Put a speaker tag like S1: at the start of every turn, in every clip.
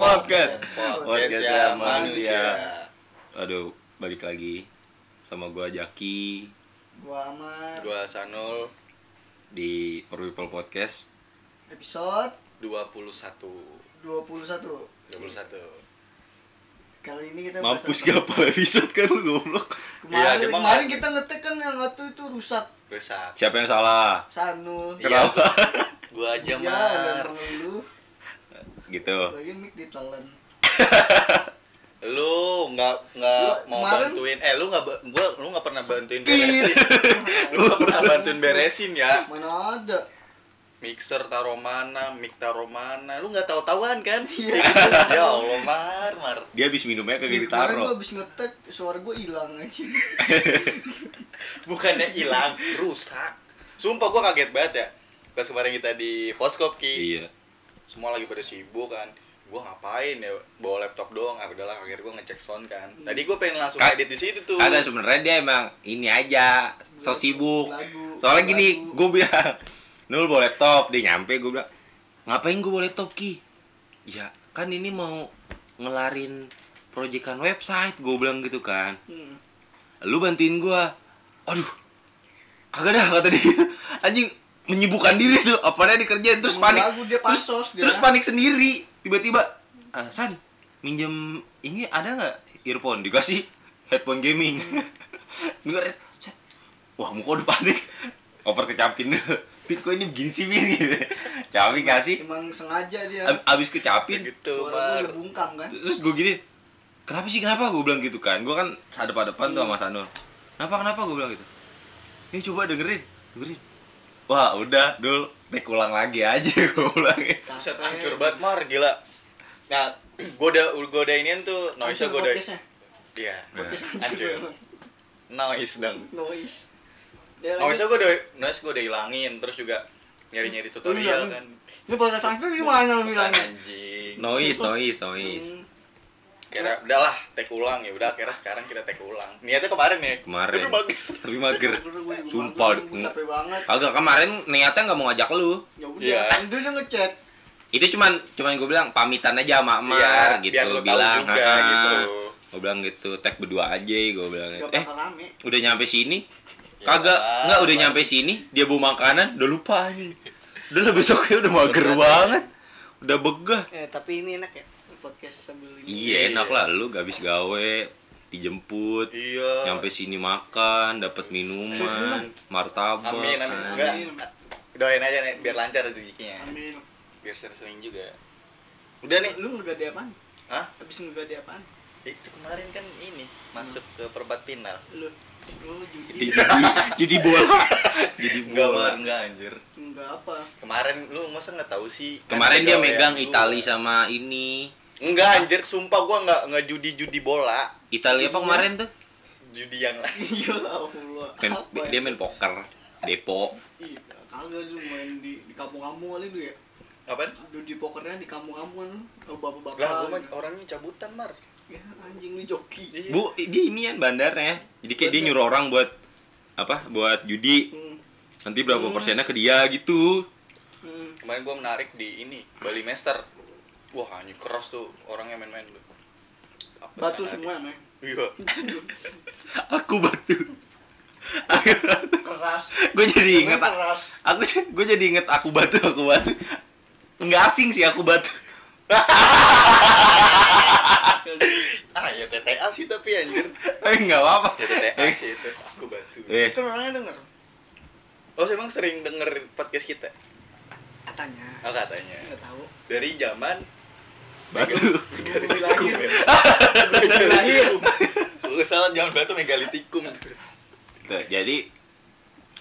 S1: podcast.
S2: Podcast ya manusia.
S1: Aduh, balik lagi sama gua Jaki
S3: Gua Amar
S2: Gua Sanul
S1: di For People Podcast.
S3: episode
S2: 21
S3: 21.
S2: 21
S3: Kali ini kita bahas
S1: Mampus
S3: apa?
S1: gak apa episode kan lu goblok.
S3: Kemarin,
S2: Iya, dia mah
S3: kemarin
S2: nggak-
S3: kita ngetek kan yang satu itu rusak
S2: rusak.
S1: Siapa yang salah?
S3: Sanul.
S2: Iya,
S1: Kenapa?
S2: Gua aja
S3: Iya, dan
S2: mar.
S3: lu
S1: gitu.
S3: lagi mic ditelan.
S2: Lu nggak nggak
S3: Gua
S2: mau
S3: kemarin-
S2: bantuin. Eh lu nggak ba- gua lu nggak pernah
S3: Ih.
S2: bantuin beresin. Lu nggak pernah bantuin beresin ya.
S3: Mana ada?
S2: Mixer taruh mana, mic taruh mana. Lu nggak tahu-tahuan kan?
S3: Iya.
S2: ya Allah mar mar.
S1: Dia habis minumnya kagak
S3: Di- Iya, Kemarin gua
S1: ditaruh.
S3: abis ngetek suara gua hilang aja.
S2: Bukannya hilang, rusak. Sumpah gua kaget banget ya. Pas kemarin kita di Poskop Ki.
S1: Iya.
S2: semua lagi pada sibuk kan gue ngapain ya bawa laptop doang ah udahlah akhirnya gue ngecek sound kan tadi gue pengen langsung
S1: Kak-
S2: edit di situ tuh
S1: Kagak sebenarnya dia emang ini aja so sibuk.
S3: Lagu,
S1: Soalnya
S3: lagu.
S1: gini, gue bilang Nul bawa laptop, dia nyampe gue bilang ngapain gue bawa laptop ki? Ya kan ini mau ngelarin proyekan website, gue bilang gitu kan.
S3: Hmm.
S1: Lu bantuin gue, aduh kagak dah kata dia. Anjing menyibukkan diri tuh, apalagi dikerjain terus
S3: Temen
S1: panik,
S3: lagu, dia
S1: terus,
S3: pasos, dia.
S1: terus panik sendiri. Tiba-tiba, "Ah, San, minjem ini ada nggak earphone? Dikasih headphone gaming. Dengar, ya. set. wah muka udah panik. Over kecapin dulu. Pin kok ini begini sih Pin gitu. Capin kasih.
S3: Emang sengaja dia.
S1: Ab- Abis kecapin,
S2: gitu
S3: Suara
S2: mar
S3: gua bungkam kan.
S1: terus gue gini kenapa sih kenapa gue bilang gitu kan gue kan hadap depan tuh sama Sanur kenapa kenapa gue bilang gitu ya coba dengerin dengerin wah udah dul tek ulang lagi aja gue bilang
S3: eh.
S2: Buset, hancur banget mar gila nah gue udah gue udah inian tuh noise gue udah
S3: podcastnya.
S2: iya
S3: Podcast
S2: Hancur.
S3: hancur.
S2: noise dong
S3: Noise. Ya,
S2: noise
S3: lanjut.
S2: gue udah noise gue udah hilangin terus juga nyari nyari tutorial
S3: Iya.
S2: kan
S3: Ini podcast hancur gimana lu bilangnya?
S2: anjing
S1: noise noise noise
S3: Hmm.
S2: kira udahlah take ulang ya udah akhirnya sekarang kita take ulang niatnya kemarin ya
S1: kemarin
S2: Tapi bagi-
S1: tapi mager
S3: Gua- gua- gua-
S1: sumpah
S3: gua- gua capek banget.
S1: kagak kemarin niatnya nggak mau ngajak lu
S3: Ya udah,
S2: Ah, Iya.
S3: kan dia udah ngechat.
S1: itu cuman cuman gue bilang pamitan aja sama Amar
S2: Iya,
S1: gitu
S2: biar lu tahu
S1: bilang
S2: juga, gitu.
S1: gue bilang gitu tag berdua aja gue bilang gitu.
S3: Gak
S1: eh
S3: bakal rame.
S1: udah nyampe sini
S2: Ya,
S1: kagak
S2: Bang.
S1: nggak udah nyampe sini dia bawa makanan udah lupa anjing udah lah besoknya udah mager banget udah begah
S3: Eh, tapi ini enak ya podcast sambil ini.
S1: iya enak lah lu gak habis gawe dijemput
S2: iya
S1: nyampe sini makan dapat minuman martabak
S2: Amin, amin.
S1: anjing.
S2: Enggak. Doain aja nih biar lancar rezekinya.
S3: Ambil.
S2: Biar sering-sering juga. Udah nih.
S3: Lu nggak ada apaan?
S2: Hah?
S3: Habis nggak ada apaan?
S2: Itu kemarin kan ini masuk ke perempat final.
S3: Lu lu
S1: jadi
S3: judi.
S1: jadi bola jadi
S2: Enggak,
S1: bola
S2: Mar, enggak anjir.
S3: Enggak apa.
S2: Kemarin lu masa nggak tahu sih? Kan
S1: kemarin dia
S2: ada
S1: megang
S2: yang lu-
S1: Itali sama ini
S2: Enggak anjir, sumpah gua enggak enggak judi-judi bola.
S1: Itali apa kemarin tuh
S2: Judi yang lain.
S3: Ya Allah.
S1: Main-
S3: Apa?
S1: dia
S3: ya?
S1: main poker depo
S3: Iya, kagak lu main di di kampung-kampung kali lu ya.
S2: Apaan?
S3: Lu di pokernya di kampung-kampung kan lu. Oh, bapak-bapak.
S2: Lah, gua mah orangnya cabutan, Mar.
S3: Ya, anjing lu joki.
S2: Iya.
S1: Bu, dia inian bandarnya. Jadi kayak dia nyuruh orang buat apa? Buat judi.
S3: Hmm.
S1: Nanti berapa persennya ke dia gitu.
S3: Hmm.
S2: Kemarin gua menarik di ini, Bali Master. Wah, anjir keras tuh orangnya main-main lu. Apa
S3: Batu
S2: yang ada?
S3: semua, men.
S2: Iya.
S1: Aku batu.
S3: Keras.
S1: gue jadi inget
S3: Emang keras.
S1: aku gue jadi inget aku batu aku batu nggak asing sih aku batu Eh.
S2: Ah, ya TTA sih tapi anjir.
S1: tapi nggak apa, -apa.
S2: Ya TTA sih itu. Aku batu.
S1: Eh,
S3: Itu orangnya denger.
S2: Oh, emang sering denger podcast kita?
S3: Katanya.
S2: Oh, katanya.
S3: Enggak tahu.
S2: Dari zaman
S1: batu
S3: Sebelum gue lahir. Iya.
S2: megalitikum. Kalau salah zaman batu megalitikum.
S1: Tuh, jadi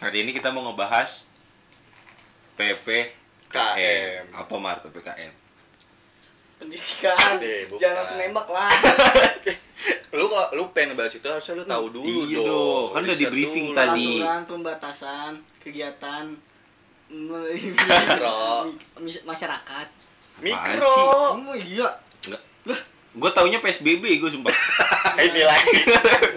S1: hari ini kita mau ngebahas PPKM
S2: KM.
S1: apa mar PPKM
S3: Pendidikan.
S2: Eh, bukan.
S3: Jangan langsung nembak lah.
S2: Lu kok lu pengen bahas itu harusnya lu tahu dulu
S1: Iya
S2: dong.
S1: dong, kan udah di
S2: Riset
S1: briefing
S2: dulu.
S1: tadi.
S3: Peraturan, pembatasan, kegiatan me-
S2: Mikro.
S3: mi- masyarakat.
S2: Mikro.
S1: Apaan
S3: Oh iya.
S1: nggak gue taunya PSBB gue sumpah
S2: Ini lagi.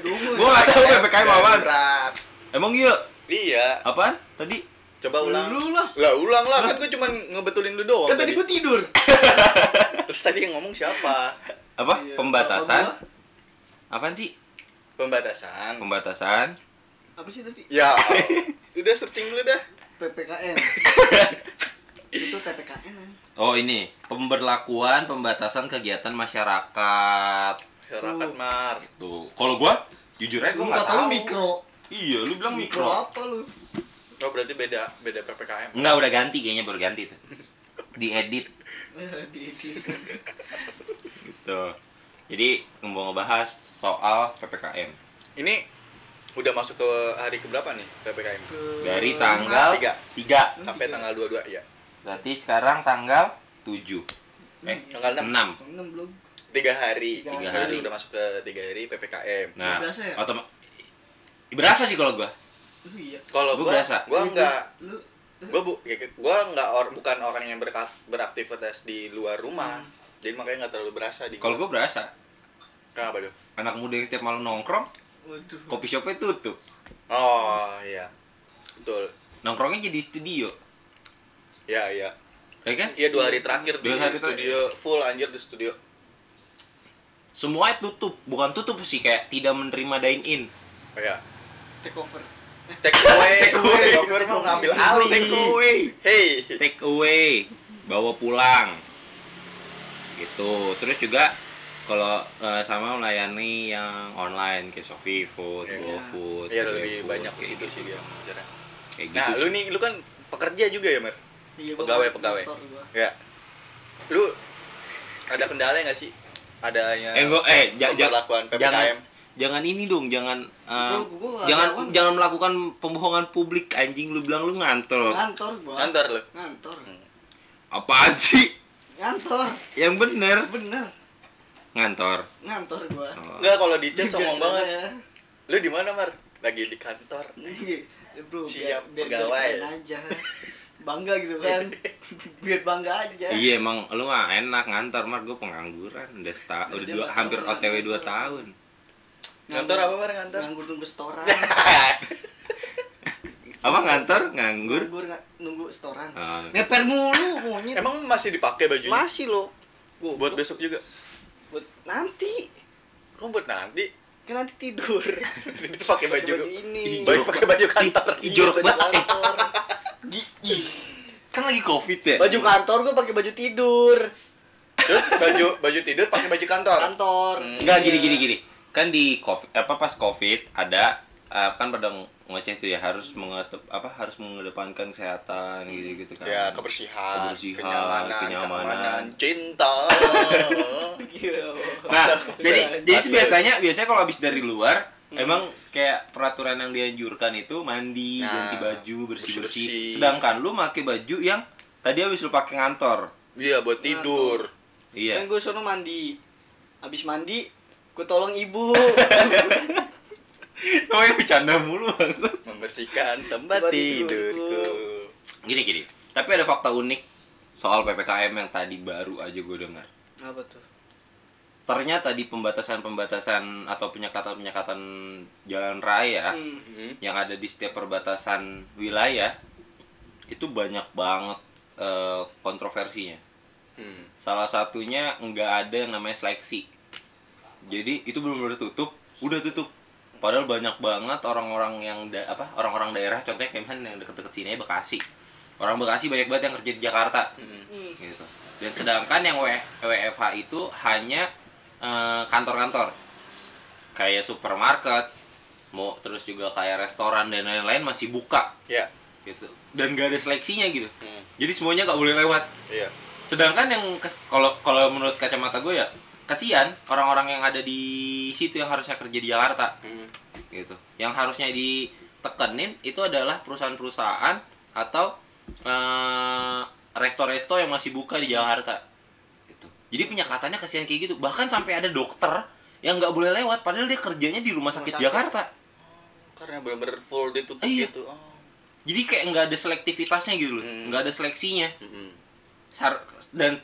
S3: Dulu.
S2: Iya,
S1: gue nggak tahu PPKM apa
S2: Berat.
S1: emang iya
S2: Iya.
S1: apaan tadi
S2: Coba
S4: Lu
S2: ulang.
S4: dulu lah.
S2: Lah ulang lah kan gue cuman ngebetulin lu doang.
S4: Kan tadi gue tidur.
S2: Terus tadi yang ngomong siapa?
S1: apa
S4: Iya.
S1: pembatasan
S4: Apa-
S1: apaan sih
S2: Pembatasan.
S1: pembatasan
S4: Apa sih tadi?
S2: Ya. Udah searching dulu dah.
S4: PPKM. Itu TPKN kan.
S1: oh ini pemberlakuan pembatasan kegiatan masyarakat
S2: Masyarakat Mar.
S1: tuh kalau gua jujur
S4: Lu
S1: aja Eh, gua nggak
S4: kata lu
S1: tahu
S4: mikro.
S1: iya lu bilang
S4: Mikro
S1: mikro
S4: apa lu?
S2: Oh berarti beda beda PPKM.
S1: nggak udah ganti kayaknya baru ganti tuh diedit
S4: Eh, di- di-
S1: gitu jadi mau ngebahas soal ppkm
S2: Ini udah masuk ke hari keberapa nih PPKM?
S4: ke-
S1: dari tanggal
S2: tiga.
S1: 3
S2: Sampai tanggal 22 ya.
S1: berarti sekarang tanggal 7 eh
S2: Tanggal
S1: 6
S2: 6.
S4: Enam belum.
S2: Tiga hari.
S4: Tiga
S2: Tiga
S1: hari.
S2: hari. Udah masuk ke tiga hari PPKM.
S1: nah
S4: Berasa ya?
S1: otoma- berasa sih kalau gua
S4: Lu iya.
S2: Kalau
S1: Gua
S2: gua,
S1: berasa.
S2: gua enggak
S4: Lu
S2: gua bu ya, gua enggak or- bukan orang yang berka- beraktivitas di luar rumah. Jadi makanya enggak terlalu berasa di
S1: kalau gua berasa
S2: kenapa tuh?
S1: anak muda yang setiap malam nongkrong
S4: waduh.
S1: kopi shopnya tutup
S2: Oh, iya. Betul.
S1: nongkrongnya jadi studio
S2: Ya, iya.
S1: ya kan
S2: Iya dua hari terakhir
S1: Dua
S2: di
S1: hari
S2: studio full anjir di studio.
S1: semua tutup bukan tutup sih kayak tidak menerima dine in
S2: Oh, iya.
S4: Take over.
S2: Cek away,
S1: Take away.
S2: Take away, mau ngambil alih.
S1: take away
S2: Hey.
S1: Iya. take away bawa pulang gitu terus juga kalau eh, sama melayani yang online kayak Shopee Food,
S2: Iya.
S1: GoFood,
S2: Iya udah lebih
S1: GrabFood,
S2: banyak ke
S1: kayak
S2: situ
S1: gitu.
S2: sih dia cara.
S1: Kayak gitu.
S2: Nah,
S1: sih.
S2: lu nih lu kan pekerja juga ya, Mer?
S4: Iya, gua
S2: Pegawai,
S4: motor
S2: pegawai.
S4: gua.
S2: Ya. Lu ada kendala nggak sih? Adanya
S1: eh gua eh ja- ja-
S2: pemberlakuan PPKM.
S1: jangan jangan ini dong, jangan eh,
S4: Itu gua nggak
S1: jangan
S4: tahu.
S1: jangan melakukan pembohongan publik anjing lu bilang lu ngantor.
S4: Ngantor gua.
S2: Santar lu.
S4: Ngantor.
S1: Apaan sih?
S4: Ngantor.
S1: Yang bener
S4: Bener.
S1: ngantor.
S4: Ngantor gua.
S1: Oh.
S2: Enggak kalau di chat
S4: Juga
S2: sombong banget.
S4: ya.
S2: Lu di mana, Mar? Lagi di kantor.
S4: Iya, Bro,
S2: Siap,
S4: biar, biar
S2: pegawai.
S4: keren aja. Bangga gitu kan. biar bangga aja.
S3: ya.
S1: Iya emang lu mah enak ngantor mar gue pengangguran udah seta-
S4: Dia
S1: udah dua,
S4: nggak
S1: hampir
S4: tahu
S1: OTW 2
S4: ngantor.
S1: tahun.
S2: Ngantor apa, Mar? Ngantor.
S4: Nganggur nunggu setoran.
S1: Apa ngantor nganggur?
S4: Nganggur nga- nunggu setoran.
S1: Ah.
S4: Ngeper mulu monyet.
S2: Emang masih dipakai bajunya?
S4: Masih loh.
S2: buat besok juga.
S4: Buat nanti.
S2: Kok buat nanti?
S4: Kan nanti tidur.
S2: Jadi pakai baju.
S4: Pakai ini.
S2: Baik pakai baju kantor.
S1: Ih, jorok
S4: Baju
S3: Iya,
S1: banget. Eh,
S4: kantor.
S1: Ih, kan lagi covid ya.
S4: Baju kantor gua pakai baju tidur.
S2: Terus baju baju tidur pakai baju kantor.
S4: Kantor.
S1: Hmm, Enggak gini
S4: Iya.
S1: gini gini. Kan di covid apa pas covid ada eh, kan pada ngoceh tuh ya harus mengetep apa harus mengedepankan kesehatan gitu gitu kan.
S2: Ya, kebersihan,
S1: Kebersihan,
S2: kenyamanan,
S1: kenyamanan.
S2: keamanan, cinta.
S3: Iya.
S4: Gila.
S1: Nah,
S2: Masa-
S1: jadi
S2: masa-
S1: jadi
S2: masa-
S1: biasanya biasanya kalau habis dari luar emang kayak peraturan yang dianjurkan itu mandi,
S2: Nah,
S1: ganti baju, bersih-bersih.
S2: bersih-bersih.
S1: Sedangkan lu pakai baju yang tadi habis lu pakai ngantor.
S2: Iya, buat tidur.
S1: Iya.
S4: Kan gue suruh mandi. Habis mandi, gue tolong ibu.
S1: Namanya bercanda mulu maksud.
S2: Membersihkan tempat
S4: Tempat
S2: tidurku.
S1: Gini gini. Tapi ada fakta unik soal PPKM yang tadi baru aja gue dengar.
S4: Apa tuh?
S1: Ternyata di pembatasan-pembatasan atau penyekatan-penyekatan jalan raya
S4: Hmm.
S2: Hmm.
S1: yang ada di setiap perbatasan wilayah itu banyak banget eh, kontroversinya.
S2: Hmm.
S1: Salah satunya nggak ada yang namanya seleksi. Jadi itu benar-benar tutup, udah tutup. Padahal banyak banget orang-orang yang da- apa orang-orang daerah contohnya kayak misalnya yang deket-deket sini aja, Bekasi. Orang Bekasi banyak banget yang kerja di Jakarta
S2: Hmm.
S1: gitu. Dan sedangkan yang W- WFH itu hanya eh, kantor-kantor. kayak supermarket, mau terus juga kayak restoran dan lain-lain masih buka
S2: Ya.
S1: gitu. Dan gak ada seleksinya gitu.
S2: Hmm.
S1: Jadi semuanya nggak boleh lewat
S2: Iya.
S1: sedangkan yang kes- kalau kalau menurut kacamata gue ya kasihan orang-orang yang ada di situ yang harusnya kerja di Jakarta
S2: Hmm.
S1: gitu yang harusnya ditekenin itu adalah perusahaan-perusahaan atau eh, resto-resto yang masih buka di Jakarta gitu jadi penyekatannya kasihan kayak gitu bahkan sampai ada dokter yang nggak boleh lewat padahal dia kerjanya di rumah sakit
S4: sakit.
S1: Jakarta
S2: Karena benar-benar full ditutup
S1: Iya.
S2: gitu. Oh.
S1: jadi kayak nggak ada selektivitasnya gitu loh
S2: Hmm.
S1: nggak ada seleksinya
S2: Hmm.
S1: Sar- dan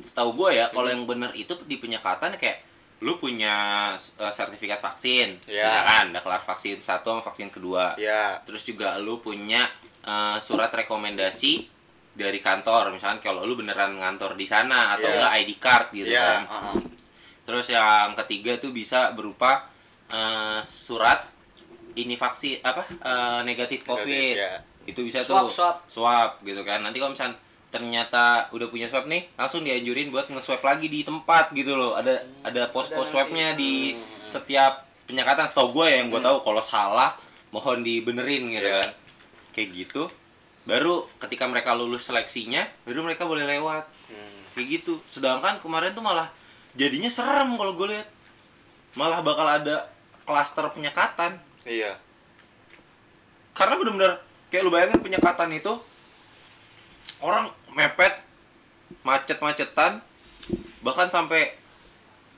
S1: setahu gue ya
S2: Mm-hmm.
S1: kalau yang bener itu di penyekatan ya kayak lu punya uh, sertifikat vaksin
S2: Ya.
S1: ya kan udah kelar vaksin satu sama vaksin kedua
S2: Ya.
S1: terus juga lu punya eh, surat rekomendasi dari kantor misalkan kalau lu beneran ngantor di sana atau
S2: Iya.
S1: enggak ID card gitu
S2: Iya,
S1: kan
S2: heeh.
S1: terus yang ketiga tuh bisa berupa eh, surat ini vaksin apa eh, negatif covid
S2: Negatif, ya.
S1: itu bisa
S4: Swab,
S1: tuh
S4: swab.
S1: swab gitu kan nanti kalau misalnya ternyata udah punya swab nih langsung dianjurin buat nge-swab lagi di tempat gitu loh ada ada posko
S4: ada
S1: swabnya
S4: nanti.
S1: di
S2: Hmm.
S1: setiap penyekatan setahu gue ya yang gue tahu kalau salah mohon dibenerin gitu
S2: Iya.
S1: kan kayak gitu baru ketika mereka lulus seleksinya baru mereka boleh lewat
S2: Hmm.
S1: kayak gitu sedangkan kemarin tuh malah jadinya serem kalau gue lihat malah bakal ada klaster penyekatan
S2: Iya.
S1: karena bener-bener kayak lu bayangin penyekatan itu orang mepet macet-macetan bahkan sampai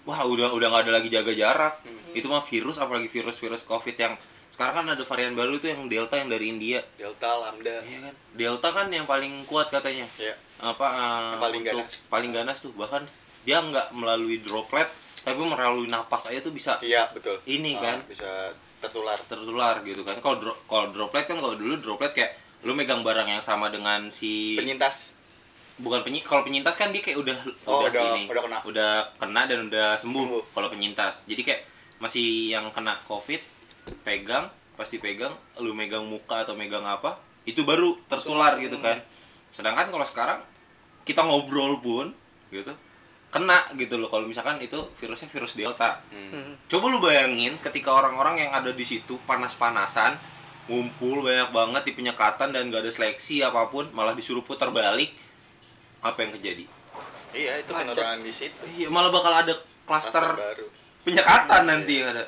S1: wah udah udah nggak ada lagi jaga jarak
S2: Hmm.
S1: itu mah virus apalagi virus-virus covid yang sekarang kan ada varian baru tuh yang delta yang dari India
S2: Delta, Lambda.
S1: Iya kan? delta kan yang paling kuat katanya
S2: Iya.
S1: apa eh,
S2: Yang paling
S1: untuk
S2: ganas.
S1: paling ganas tuh bahkan dia nggak melalui droplet tapi melalui napas aja tuh bisa
S2: Iya, betul.
S1: Ini
S2: Ah,
S1: kan.
S2: bisa tertular.
S1: tertular gitu kan kalau dro- kalau droplet kan kalau dulu droplet kayak lu megang barang yang sama dengan si
S2: Penyintas.
S1: bukan penyi kalau penyintas kan dia kayak udah
S2: Oh,
S1: udah,
S2: udah-
S1: ini
S2: udah kena.
S1: kena dan udah sembuh,
S2: Sembuh.
S1: kalau penyintas jadi kayak masih yang kena covid pegang pasti pegang lu megang muka atau megang apa itu baru tertular gitu kan
S2: Hmm.
S1: sedangkan kalau sekarang kita ngobrol pun gitu kena gitu loh kalau misalkan itu virusnya virus delta
S2: Hmm.
S1: Coba lu bayangin ketika orang-orang yang ada di situ panas-panasan, ngumpul banyak banget di penyekatan dan gak ada seleksi apapun, malah disuruh putar balik, apa yang terjadi?
S2: Iya, itu
S4: Macet.
S2: penerangan di situ.
S1: Iya, malah bakal ada
S2: Klaster
S1: klaster
S2: baru.
S1: penyekatan nanti yang ada.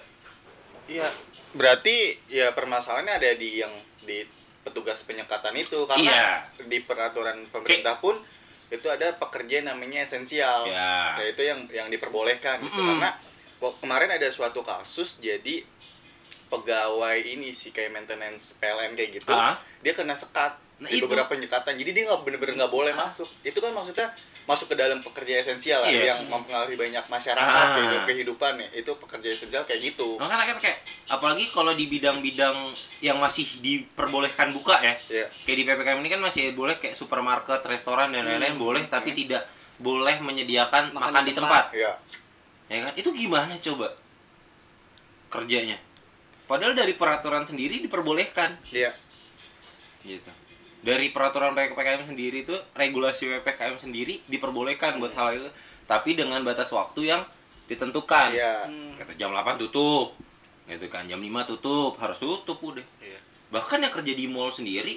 S2: Iya. Berarti ya permasalahannya ada di yang di petugas penyekatan itu
S1: Iya.
S2: karena di peraturan pemerintah pun itu ada pekerja yang namanya esensial.
S1: Ya.
S2: Nah, itu yang yang diperbolehkan gitu
S1: Mm-mm.
S2: karena wak- kemarin ada suatu kasus jadi pegawai ini si kayak maintenance PLN kayak gitu
S1: Ah.
S2: dia kena sekat
S1: Nah,
S2: di
S1: itu.
S2: beberapa penyekatan jadi dia nggak bener-bener nggak boleh masuk itu kan maksudnya masuk ke dalam pekerja esensial kan,
S1: Iya.
S2: yang mempengaruhi banyak masyarakat
S1: Ah.
S2: kehidup- kehidupan ya itu pekerja esensial kayak gitu
S1: Makanya kan kayak apalagi kalau di bidang-bidang yang masih diperbolehkan buka ya.
S2: Iya.
S1: Kayak di PPKM ini kan masih boleh kayak supermarket, restoran dan lain-lain boleh tapi
S2: Hmm.
S1: tidak boleh menyediakan makan,
S4: Makan di
S1: di tempat.
S2: Iya.
S1: ya kan itu gimana coba kerjanya padahal dari peraturan sendiri diperbolehkan
S2: Iya.
S1: gitu dari peraturan PPKM sendiri itu regulasi PPKM sendiri diperbolehkan buat hal itu tapi dengan batas waktu yang ditentukan
S2: Iya.
S3: Hmm.
S1: kata jam 8 tutup gitu kan jam 5 tutup harus tutup udah
S2: Iya.
S1: bahkan yang kerja di mall sendiri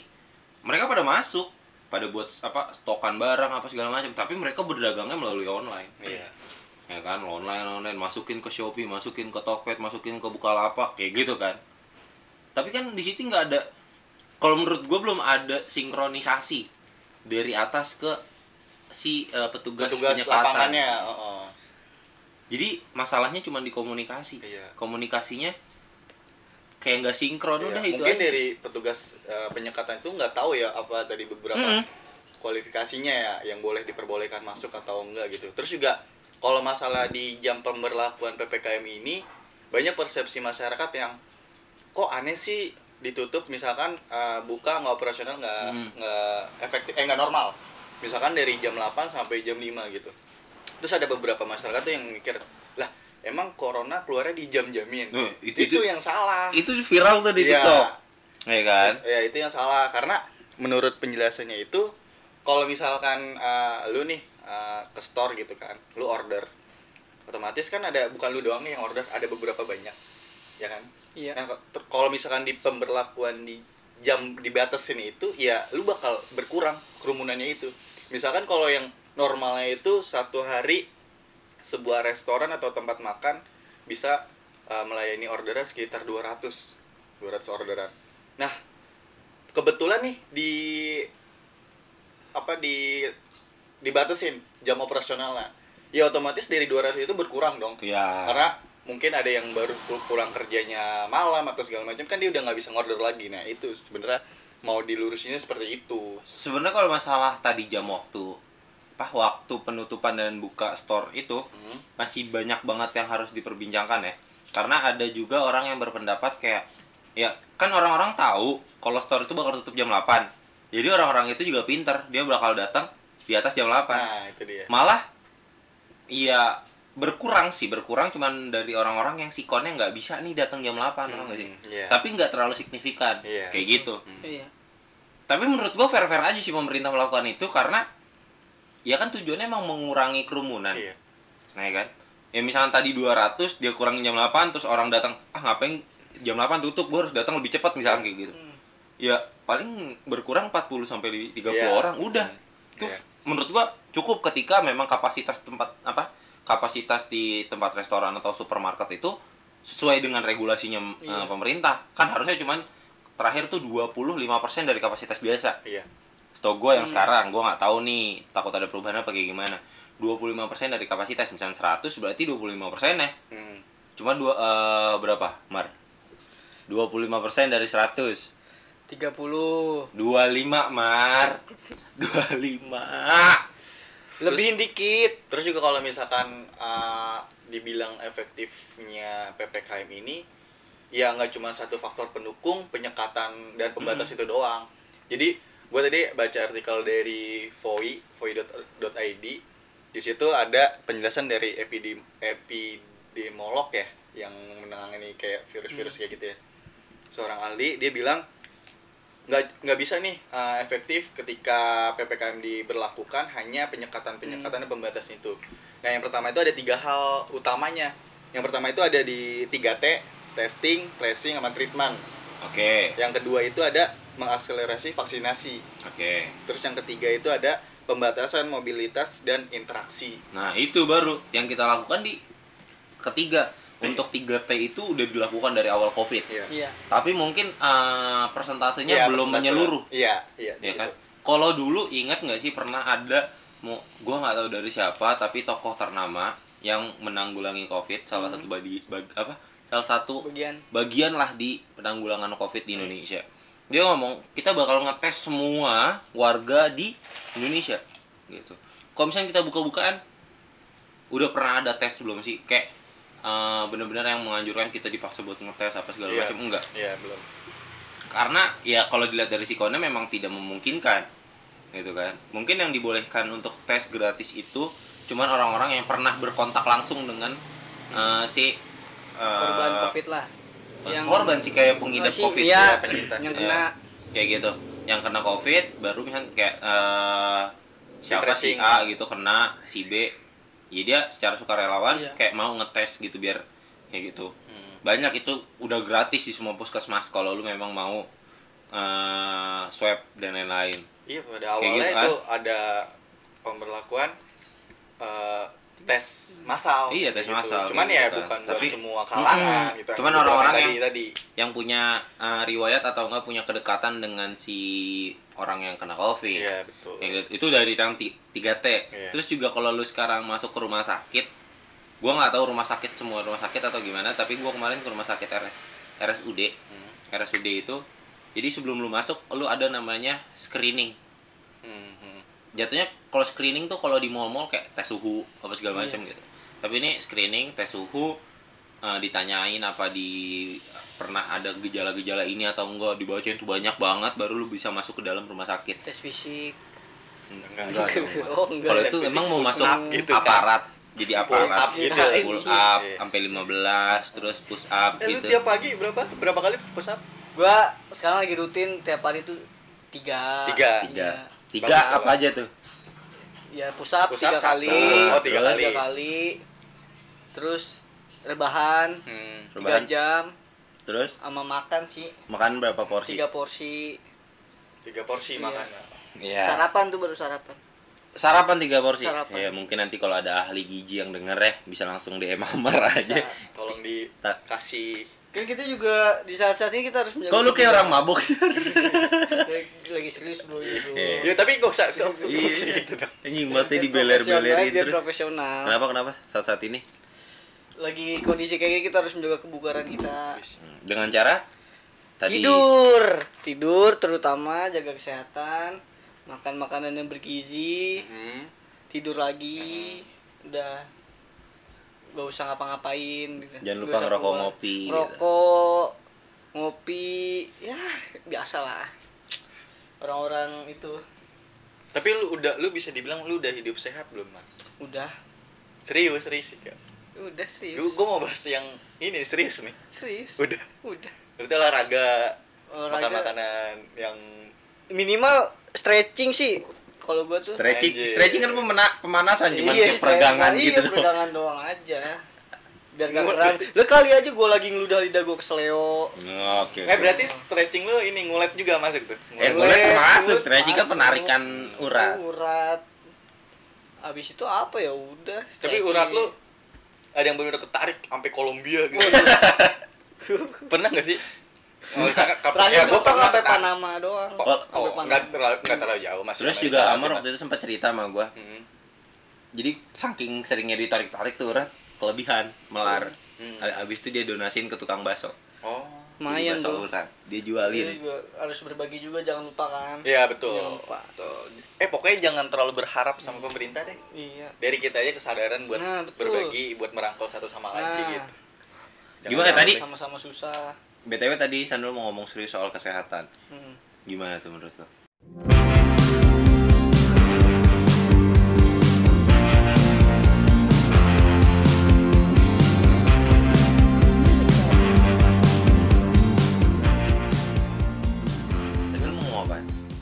S1: mereka pada masuk pada buat apa stokan barang apa segala macam tapi mereka berdagangnya melalui online
S2: Iya.
S1: ya kan online online masukin ke Shopee masukin ke Tokped masukin ke Bukalapak kayak gitu kan tapi kan di situ nggak ada kalau menurut gue belum ada sinkronisasi dari atas ke si eh, petugas,
S2: Petugas
S1: penyekatan.
S2: lapangannya, heeh.
S1: jadi masalahnya cuma di komunikasi
S2: Iya.
S1: komunikasinya kayak nggak sinkron
S2: Iya.
S1: udah itu
S2: Mungkin
S1: aja sih.
S2: dari petugas eh, penyekatan itu nggak tahu ya apa tadi beberapa
S1: Mm-mm.
S2: kualifikasinya ya yang boleh diperbolehkan masuk atau enggak gitu. Terus juga kalau masalah di jam pemberlakuan PPKM ini banyak persepsi masyarakat yang kok aneh sih ditutup misalkan eh, buka nggak operasional nggak
S1: Hmm.
S2: nggak efektif eh nggak normal misalkan dari jam 8 sampai jam 5 gitu terus ada beberapa masyarakat tuh yang mikir lah emang corona keluarnya di jam-jamin
S1: Nah,
S2: itu,
S1: itu- itu-
S2: yang salah
S1: itu viral tuh di
S2: Iya.
S1: TikTok ya kan
S2: ya itu yang salah karena menurut penjelasannya itu kalau misalkan eh, lu nih eh, ke store gitu kan lu order otomatis kan ada bukan lu doang nih yang order ada beberapa banyak ya kan
S4: Iya.
S2: Nah, ke- ter- kalau misalkan di pemberlakuan di jam dibatasin itu ya lu bakal berkurang kerumunannya itu misalkan kalau yang normalnya itu satu hari sebuah restoran atau tempat makan bisa eh, melayani orderan sekitar 200 200 orderan nah kebetulan nih di apa di dibatasin jam operasionalnya ya otomatis dari 200 itu berkurang dong
S1: ya
S2: karena mungkin ada yang baru pul- pulang kerjanya malam atau segala macam kan dia udah nggak bisa ngorder lagi nah itu sebenarnya mau dilurusinnya seperti itu
S1: sebenarnya kalau masalah tadi jam waktu apa waktu penutupan dan buka store itu
S2: Hmm.
S1: masih banyak banget yang harus diperbincangkan ya karena ada juga orang yang berpendapat kayak ya kan orang-orang tahu kalau store itu bakal tutup jam 8 jadi orang-orang itu juga pinter dia bakal datang di atas jam 8
S2: Nah, itu dia.
S1: malah iya berkurang sih berkurang cuman dari orang-orang yang sikonnya nggak bisa nih datang jam 8 paham nggak sih?
S2: Hmm, iya.
S1: tapi nggak terlalu signifikan
S2: Iya.
S1: kayak gitu
S3: Iya.
S1: tapi menurut gua fair fair aja sih pemerintah melakukan itu karena ya kan tujuannya emang mengurangi kerumunan
S2: Iya.
S1: nah ya kan ya misalnya tadi 200 dia kurangin jam 8 terus orang datang ah ngapain jam 8 tutup gua harus datang lebih cepat misalnya kayak gitu
S3: Hmm.
S1: ya paling berkurang 40 sampai 30
S2: Iya.
S1: orang udah itu
S2: Iya.
S1: menurut gua cukup ketika memang kapasitas tempat apa kapasitas di tempat restoran atau supermarket itu sesuai dengan regulasinya eh,
S3: Iya.
S1: pemerintah kan harusnya cuman terakhir tuh 25% dari kapasitas biasa
S2: Iya.
S1: stok gue yang sekarang gue nggak tahu nih takut ada perubahan apa kayak gimana 25% dari kapasitas misalnya 100 berarti 25% ya
S2: Hmm.
S1: cuma dua eh, berapa mar 25% dari 100
S3: Tiga puluh.
S1: 25 mar 25
S3: Lebihin dikit.
S2: Terus juga kalau misalkan uh, dibilang efektifnya PPKM ini ya nggak cuma satu faktor pendukung, penyekatan dan pembatas itu doang. Jadi gue tadi baca artikel dari FOI, foi.id. Di situ ada penjelasan dari epidem- epidemiolog ya yang menangani kayak virus-virus kayak gitu ya. Seorang ahli dia bilang nggak nggak bisa nih uh, efektif ketika ppkm diberlakukan hanya penyekatan penyekatan dan pembatas itu nah yang pertama itu ada tiga hal utamanya yang pertama itu ada di 3 t testing tracing sama treatment
S1: oke
S2: yang kedua itu ada mengakselerasi vaksinasi
S1: oke
S2: terus yang ketiga itu ada pembatasan mobilitas dan interaksi
S1: nah itu baru yang kita lakukan di ketiga untuk 3T itu udah dilakukan dari awal covid
S3: Iya.
S1: tapi mungkin eh, persentasenya
S2: Iya,
S1: belum
S2: persentase.
S1: menyeluruh
S2: iya iya di
S1: ya kan
S2: situ.
S1: kalau dulu ingat nggak sih pernah ada mau gue nggak tahu dari siapa tapi tokoh ternama yang menanggulangi covid salah satu badi bag- apa salah satu
S3: Bagian.
S1: bagian lah di penanggulangan covid di Indonesia dia ngomong kita bakal ngetes semua warga di Indonesia gitu kalau misalnya kita buka-bukaan udah pernah ada tes belum sih kayak eh, bener-bener yang menganjurkan kita dipaksa buat ngetes apa segala
S2: Iya.
S1: macam enggak
S2: iya belum
S1: karena ya kalau dilihat dari sikonnya memang tidak memungkinkan gitu kan mungkin yang dibolehkan untuk tes gratis itu cuman orang-orang yang pernah berkontak langsung dengan eh, si eh,
S3: Korban covid lah.
S1: bukan korban sih kayak pengidap
S3: Oh, sih,
S1: covid
S3: iya.
S2: Iya, penyintas
S3: Yang
S1: Ya,
S3: kena.
S1: kayak gitu yang kena covid baru misalnya kayak eh, siapa si
S2: Tracing.
S1: A gitu kena si B ya dia secara sukarelawan
S3: Iya.
S1: kayak mau ngetes gitu biar kayak gitu
S2: Hmm.
S1: banyak itu udah gratis di semua puskesmas kalau lu memang mau eh, swab dan lain-lain
S2: Iya pada awalnya
S1: gitu kan.
S2: itu ada pemberlakuan eh, tes massal.
S1: Iya, tes
S2: gitu.
S1: massal,
S2: Cuman
S1: kayak
S2: ya
S1: gitu kan.
S2: bukan buat
S1: Tapi-
S2: semua kalangan
S1: Mm-mm.
S2: gitu. kan.
S1: Cuman
S2: Itu
S1: orang-orang
S2: tadi-
S1: yang-
S2: tadi
S1: yang punya eh, riwayat atau enggak punya kedekatan dengan si orang yang kena covid
S2: Iya betul.
S1: Ya, gitu. itu dari yang 3T.
S2: Iya.
S1: Terus juga kalau lu sekarang masuk ke rumah sakit, gua nggak tahu rumah sakit semua rumah sakit atau gimana, tapi gua kemarin ke rumah sakit RS RSUD.
S2: Hmm.
S1: RSUD itu jadi sebelum lu masuk lu ada namanya screening.
S2: Hmm, hmm.
S1: Jatuhnya kalau screening tuh kalau di mall-mall kayak tes suhu apa
S2: Iya.
S1: segala macam gitu. Tapi ini screening tes suhu eh, ditanyain apa di pernah ada gejala-gejala ini atau enggak dibacain tuh banyak banget baru lu bisa masuk ke dalam rumah sakit.
S3: Tes fisik.
S2: Enggak,
S1: Enggak dong.
S3: Oh, enggak.
S1: Kalau itu
S2: Fisik
S1: emang mau
S2: push
S1: masuk
S2: up gitu kan.
S1: aparat. Jadi aparat.
S2: Pull up gitu.
S1: Pull up
S2: Iya.
S1: sampai 15 terus push up
S2: Eh, lu
S1: gitu.
S2: tiap pagi berapa? Berapa kali push up?
S3: Gua sekarang lagi rutin tiap hari tuh tiga. Iya.
S2: Tiga.
S1: Tiga. Tiga
S2: Iya. Bagus,
S1: apa
S2: Bang.
S1: aja tuh?
S3: Ya push up,
S2: Push up
S3: tiga
S2: satu.
S3: kali.
S2: Oh, tiga
S3: terus
S2: kali.
S3: Tiga kali. Terus rebahan.
S2: Hmm.
S3: Tiga
S1: Rebahan.
S3: jam.
S1: Terus
S3: Sama makan sih.
S1: makan berapa porsi?
S3: Tiga porsi.
S2: Tiga porsi
S3: Iya.
S2: makan. ya.
S1: Iya.
S3: Sarapan tuh baru sarapan.
S1: Sarapan tiga porsi.
S3: Sarapan.
S1: Ya mungkin nanti kalau ada ahli gizi yang denger ya bisa langsung DM Amar aja.
S2: Tolong
S1: Tak.
S2: dikasih
S3: Kan kita juga di saat-saat ini kita harus menjaga.
S1: Kok lu kayak orang mabuk sih?
S3: Lagi- lagi serius bro gitu.
S1: Iya.
S2: Ya tapi gak usah gak usah-
S1: Iya.
S2: gitu dong.
S1: Anjing
S3: Dia
S1: mati
S3: profesional,
S1: dibeler-belerin
S3: dia
S1: terus.
S3: profesional.
S1: Kenapa kenapa saat-saat ini?
S3: Lagi kondisi kayak gini kita harus menjaga kebugaran kita.
S1: Hmm, Dengan cara tadi
S3: Tidur, tidur terutama jaga kesehatan, makan makanan yang bergizi,
S2: Hmm.
S3: tidur lagi, udah gak usah ngapa-ngapain. gitu.
S1: Jangan
S3: Gak
S1: lupa
S3: usah
S1: ngerokok
S3: keluar.
S1: ngopi, gitu.
S3: Rokok, ngopi ya biasa lah orang-orang itu
S2: Tapi lu udah lu bisa dibilang lu udah hidup sehat belum, Mar?
S3: udah
S2: Serius, serius Kak.
S3: udah serius
S2: Gue gue mau bahas yang ini serius nih.
S3: serius
S2: Udah.
S3: udah
S2: Berarti olahraga,
S3: Olahraga.
S2: makan makanan yang
S3: minimal stretching sih kalau gua tuh
S1: Stretching,
S2: Anjir.
S1: stretching kan pemena- pemanasan cuman kayak
S3: stretching.
S1: peregangan
S3: Iya,
S1: gitu doang.
S3: peregangan doang aja biar gak kram lu kali aja gua lagi ngeludah lidah gua kesleo
S1: Oke.
S2: Eh
S1: oke.
S2: berarti stretching lu ini ngulet juga masuk tuh.
S1: Eh,
S2: Ngulet.
S1: ngulet termasuk,
S3: ngulet
S1: stretching kan
S3: masuk.
S1: penarikan urat.
S3: urat abis itu apa ya udah
S2: Tapi
S3: stretching.
S2: urat lu ada yang benar-benar ketarik sampai Kolombia
S3: Oh,
S2: gitu.
S3: iya.
S2: pernah gak sih? Oh,
S3: terakhir
S2: ya,
S3: gua
S2: gue pernah
S3: sampai
S2: tak-
S3: Panama doang
S2: Oh,
S3: Sampai
S2: oh, nggak terlalu, nggak terlalu jauh masih
S1: Terus
S2: Amerika
S1: juga
S2: Latin
S1: Amar
S2: lah.
S1: waktu itu sempat cerita sama gua.
S2: Hmm.
S1: Jadi saking seringnya ditarik-tarik tuh urat kelebihan melar.
S2: Hmm.
S1: A- Abis itu dia donasin ke tukang bakso.
S2: Oh.
S3: lumayan
S1: Jadi bakso
S3: tuh
S1: urat. Dia
S3: Jadi
S1: jualin.
S3: juga harus berbagi juga jangan lupa kan
S2: Iya betul.
S3: Jangan lupa.
S2: Betul. Eh pokoknya jangan terlalu berharap sama pemerintah deh.
S3: iya
S2: Dari kita aja kesadaran buat
S3: Nah, betul.
S2: berbagi, buat merangkul satu sama lain sih
S3: Nah.
S2: gitu.
S3: Iya.
S2: Jangan
S1: Gimana
S2: terlalu-
S1: tadi?
S3: sama-sama susah
S1: BTW tadi Sandro mau ngomong serius soal kesehatan.
S3: Hmm.
S1: Gimana tuh menurut lo? Tadi lo mau ngomong apa?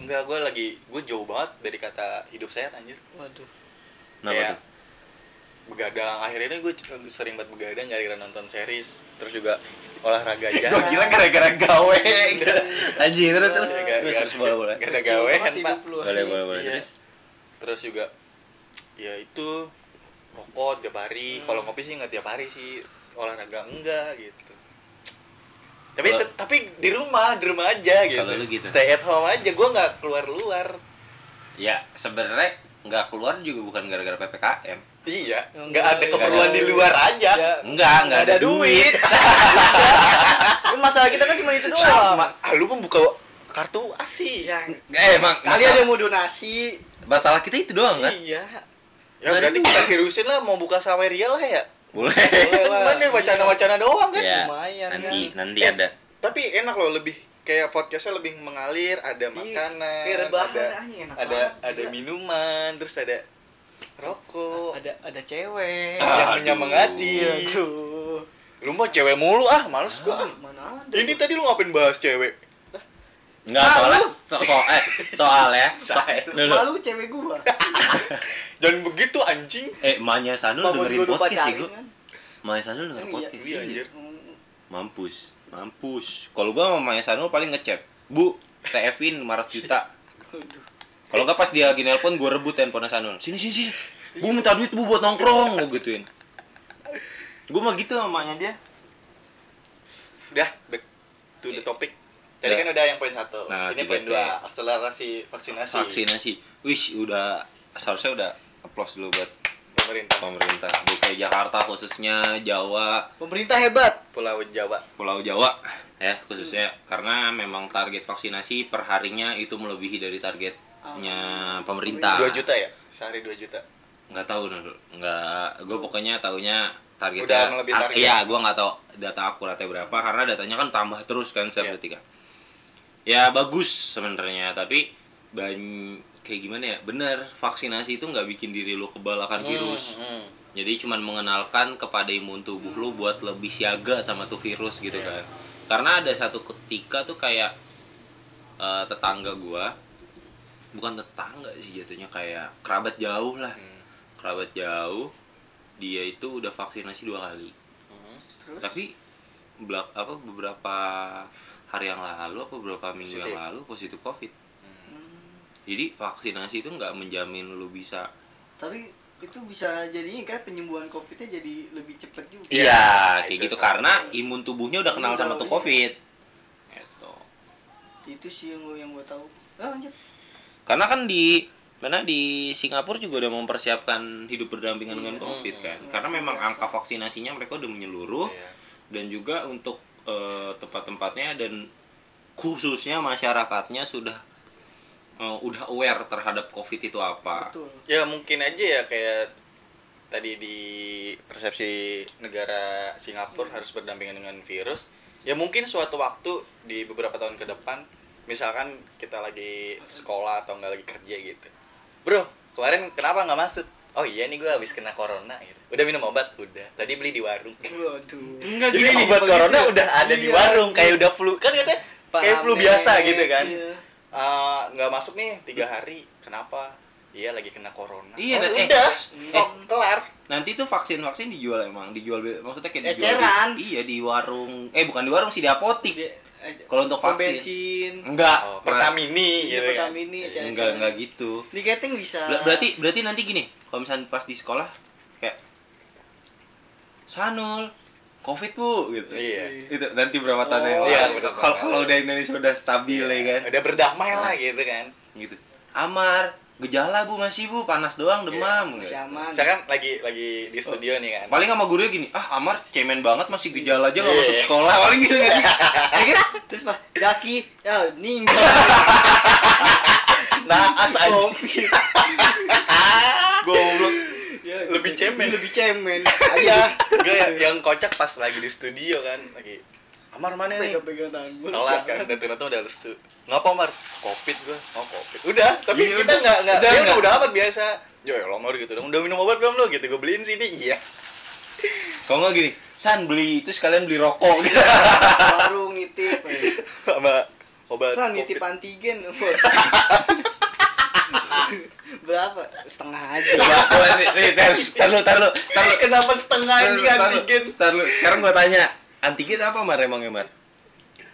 S2: Enggak, gue lagi gue jauh banget dari kata hidup sehat anjir.
S3: waduh
S1: Kenapa
S2: Kayak
S1: tuh?
S2: Begadang akhirnya gue sering banget begadang gara-gara nonton series, terus juga olahraga aja.
S1: Gua kira gara-gara gawe. Anjir, terus terus
S2: Gara-gara-
S1: terus terus boleh boleh.
S2: Gak ada
S3: Kecil
S2: gawean,
S3: banget hidup
S2: Pak.
S3: lu.
S1: Boleh boleh boleh.
S2: Iya.
S1: Terus
S2: Terus juga ya itu rokok tiap
S3: Hmm.
S2: hari. Kalau ngopi sih nggak tiap hari sih. Olahraga enggak gitu. Tapi
S1: Kalau-
S2: te- tapi di rumah, di rumah aja gitu.
S1: Kalau lu gitu.
S2: Stay at home aja, gua nggak keluar-luar.
S1: ya sebenarnya nggak keluar juga bukan gara-gara PPKM.
S2: Iya,
S3: Ya,
S2: nggak ada
S3: enggak,
S2: keperluan
S1: enggak.
S2: di luar aja.
S3: Ya,
S1: Enggak, enggak ada duit.
S3: Ini masalah kita kan cuma itu doang
S2: Sama, ah, lu membuka kartu ASI.
S3: ya
S1: Eh, emang
S3: kali ada
S1: masalah,
S3: yang mau donasi
S1: masalah kita itu doang kan?
S3: iya
S1: Nggak
S2: Ya
S1: ada
S2: berarti kita seriusin lah mau buka saweria lah ya.
S3: Iya,
S1: Boleh.
S2: Kan
S3: lah.
S2: cuman wacana-wacana doang kan.
S1: Ya,
S3: lumayan,
S1: nanti
S3: kan?
S1: nanti
S2: Eh,
S1: ada.
S2: Tapi enak loh lebih kayak podcastnya lebih mengalir, ada makanan,
S3: kayak rebahan,
S2: ada
S3: anjing, enak
S2: ada
S3: banget,
S2: ada
S3: gila.
S2: minuman, terus ada rokok.
S3: ada ada cewek
S1: Ah.
S2: yang menyemangati.
S3: Iya. Aduh,
S2: Lu mau cewek mulu ah, males gua. ah.
S3: mana ada
S2: Ini tadi lu ngapain bahas cewek?
S1: Enggak
S3: Ah,
S1: soalnya
S3: lu.
S1: so, so, eh, soalnya so,
S2: Saya.
S1: lu, lu.
S3: malu cewek gua
S2: Jangan begitu anjing.
S1: eh Manya Sanul
S3: Mamut
S1: dengerin
S3: gua lupa
S1: podcast sih
S3: cariin,
S1: gua.
S3: kan?
S1: Manya Sanul dengerin
S3: Iya,
S1: podcast.
S2: Iya
S1: iya.
S2: anjir.
S3: Mm,
S1: Mampus, mampus. Kalau gua sama Maya Sanul paling ngechat. Bu, TF-in 500 juta.
S3: Aduh.
S1: Kalau nggak pas dia lagi nelpon, gue rebut handphone Sanul. Sini, sini, sini. Bu minta duit bu buat nongkrong, gue gituin. Gue mah gitu sama emaknya dia.
S2: Udah, back to the topic. Tadi
S1: Ya.
S2: kan udah yang poin satu.
S1: Iya. Nah,
S2: Ini
S1: tiga
S2: poin
S1: T.
S2: dua, akselerasi vaksinasi
S1: Vaksinasi. Wih, udah seharusnya udah applause dulu buat
S2: pemerintah
S1: pemerintah DKI Jakarta khususnya Jawa,
S3: pemerintah hebat
S2: Pulau Jawa.
S1: Pulau Jawa ya khususnya karena memang target vaksinasi perharinya itu melebihi dari targetnya pemerintah.
S2: 2 juta ya? Sehari 2 juta.
S1: nggak tahu Nurul. nggak gue pokoknya taunya targetnya
S2: Udah melebihi
S1: ah,
S2: target.
S1: iya gue nggak tahu data akuratnya berapa karena datanya kan tambah terus kan setiap
S2: Iya.
S1: detik ya bagus sebenarnya tapi banyak kayak gimana ya bener vaksinasi itu nggak bikin diri lu kebal akan virus
S2: Hmm, hmm.
S1: jadi cuman mengenalkan kepada imun tubuh lu buat lebih siaga sama tuh virus
S2: Iya.
S1: gitu kan karena ada satu ketika tuh kayak eh, tetangga gua bukan tetangga sih jatuhnya kayak kerabat jauh lah
S2: Hmm.
S1: kerabat jauh dia itu udah vaksinasi dua kali
S2: Hmm.
S3: terus
S1: tapi belak apa beberapa hari yang lalu apa beberapa minggu yang
S2: Positif.
S1: lalu positif covid
S3: Hmm,
S1: jadi vaksinasi itu nggak menjamin lu bisa
S3: tapi itu bisa jadinya kan penyembuhan covidnya jadi lebih cepet juga
S2: Iya,
S1: Iya, kayak
S2: itu
S1: gitu
S2: sama.
S1: karena imun tubuhnya udah kenal
S3: Udah,
S1: sama tuh
S3: iya.
S1: COVID. Gitu.
S3: itu sih yang gua yang gua tahu Ah, lanjut
S1: Karena kan di mana di Singapura juga udah mempersiapkan hidup berdampingan dengan
S3: Iya.
S1: COVID kan.
S3: Mm-mm.
S1: Karena memang
S3: Biasa.
S1: angka vaksinasinya mereka udah menyeluruh
S2: Iya.
S1: dan juga untuk eh, tempat-tempatnya dan khususnya masyarakatnya sudah eh, udah aware terhadap COVID itu apa.
S3: betul
S2: Ya mungkin aja ya kayak
S3: Hmm.
S2: tadi di persepsi negara Singapura harus berdampingan dengan virus. ya mungkin suatu waktu di beberapa tahun ke depan misalkan kita lagi sekolah atau nggak lagi kerja gitu bro kemarin kenapa nggak masuk oh iya nih gue habis kena corona gitu udah minum obat udah tadi beli di warung
S3: Waduh.
S1: Enggak
S2: jadi obat corona udah ada di
S3: Iya,
S2: warung
S3: anjing.
S2: kayak udah flu kan katanya kayak
S3: Paham
S2: flu
S3: deh,
S2: biasa gitu kan
S3: iya.
S2: Eh, nggak masuk nih tiga hari kenapa iya lagi kena corona
S1: Iya,
S2: Oh,
S1: dan- eh,
S2: udah
S3: Mm.
S1: eh.
S2: Oh, kelar
S1: Nanti tuh vaksin-vaksin dijual emang, dijual be- maksudnya kayak dijual. di-
S3: Eceran.
S1: iya di warung. Eh bukan di warung sih di apotik.
S3: Eh,
S1: Kalau untuk
S3: Pom
S1: vaksin.
S3: bensin,
S1: Enggak. Nah,
S2: oh, Pertamini
S3: iya, Eh.
S2: gitu kan
S3: Pertamini, eceran-
S1: Enggak, enggak gitu.
S3: Di catering bisa.
S1: Ber- berarti berarti nanti gini, kalau misalnya pas di sekolah kayak Sanul, Covid Bu gitu.
S2: iya
S1: Itu nanti berapa tahun yang
S3: Oh,
S1: lalu.
S2: iya, betul.
S1: kalau kalau udah Indonesia udah stabil ya kan.
S2: udah berdamai lah gitu kan
S1: Gitu. Amar, gejala Bu masih Bu, panas doang, demam.
S3: masih
S1: gitu.
S3: aman.
S2: misalkan lagi lagi di studio nih kan
S1: Paling sama gurunya gini, ah Amar cemen banget masih gejala aja gak
S2: Iya.
S1: masuk sekolah Paling gitu gak sih?
S3: Ya kan? Terus Pak, Daki, ya ninggal.
S2: naas anjing
S1: Goblok
S3: Ya,
S2: Lebih
S3: gitu.
S2: cemen.
S3: Lebih cemen.
S2: iya gue yang, yang kocak pas lagi di studio kan lagi kamar mana nih
S3: Pegang-pegang tangan gua,
S2: telat kan dan ternyata udah lesu ngapa Mar? covid gue oh covid udah tapi
S1: Iya,
S2: kita
S1: udah.
S2: nggak nggak
S1: Udah,
S2: dia
S1: nggak.
S2: udah amat biasa yo ya lo Mar gitu dong udah minum obat belum lo gitu gue beliin sini iya
S1: Kalau nggak gini, San beli itu sekalian beli rokok gitu
S3: Warung nitip. eh.
S2: sama obat
S3: Salah
S2: covid.
S3: nitip antigen. Bos. Berapa? Setengah aja.
S1: Coba, coba Iya, sih, nih, tes, tar lu, tar lu, tar lu
S2: kenapa setengah
S3: Nah,
S1: Tar lu,
S2: ini
S1: tar lu,
S2: antigen
S1: Tar lu, sekarang gua tanya Antigen apa Mar emangnya Mar?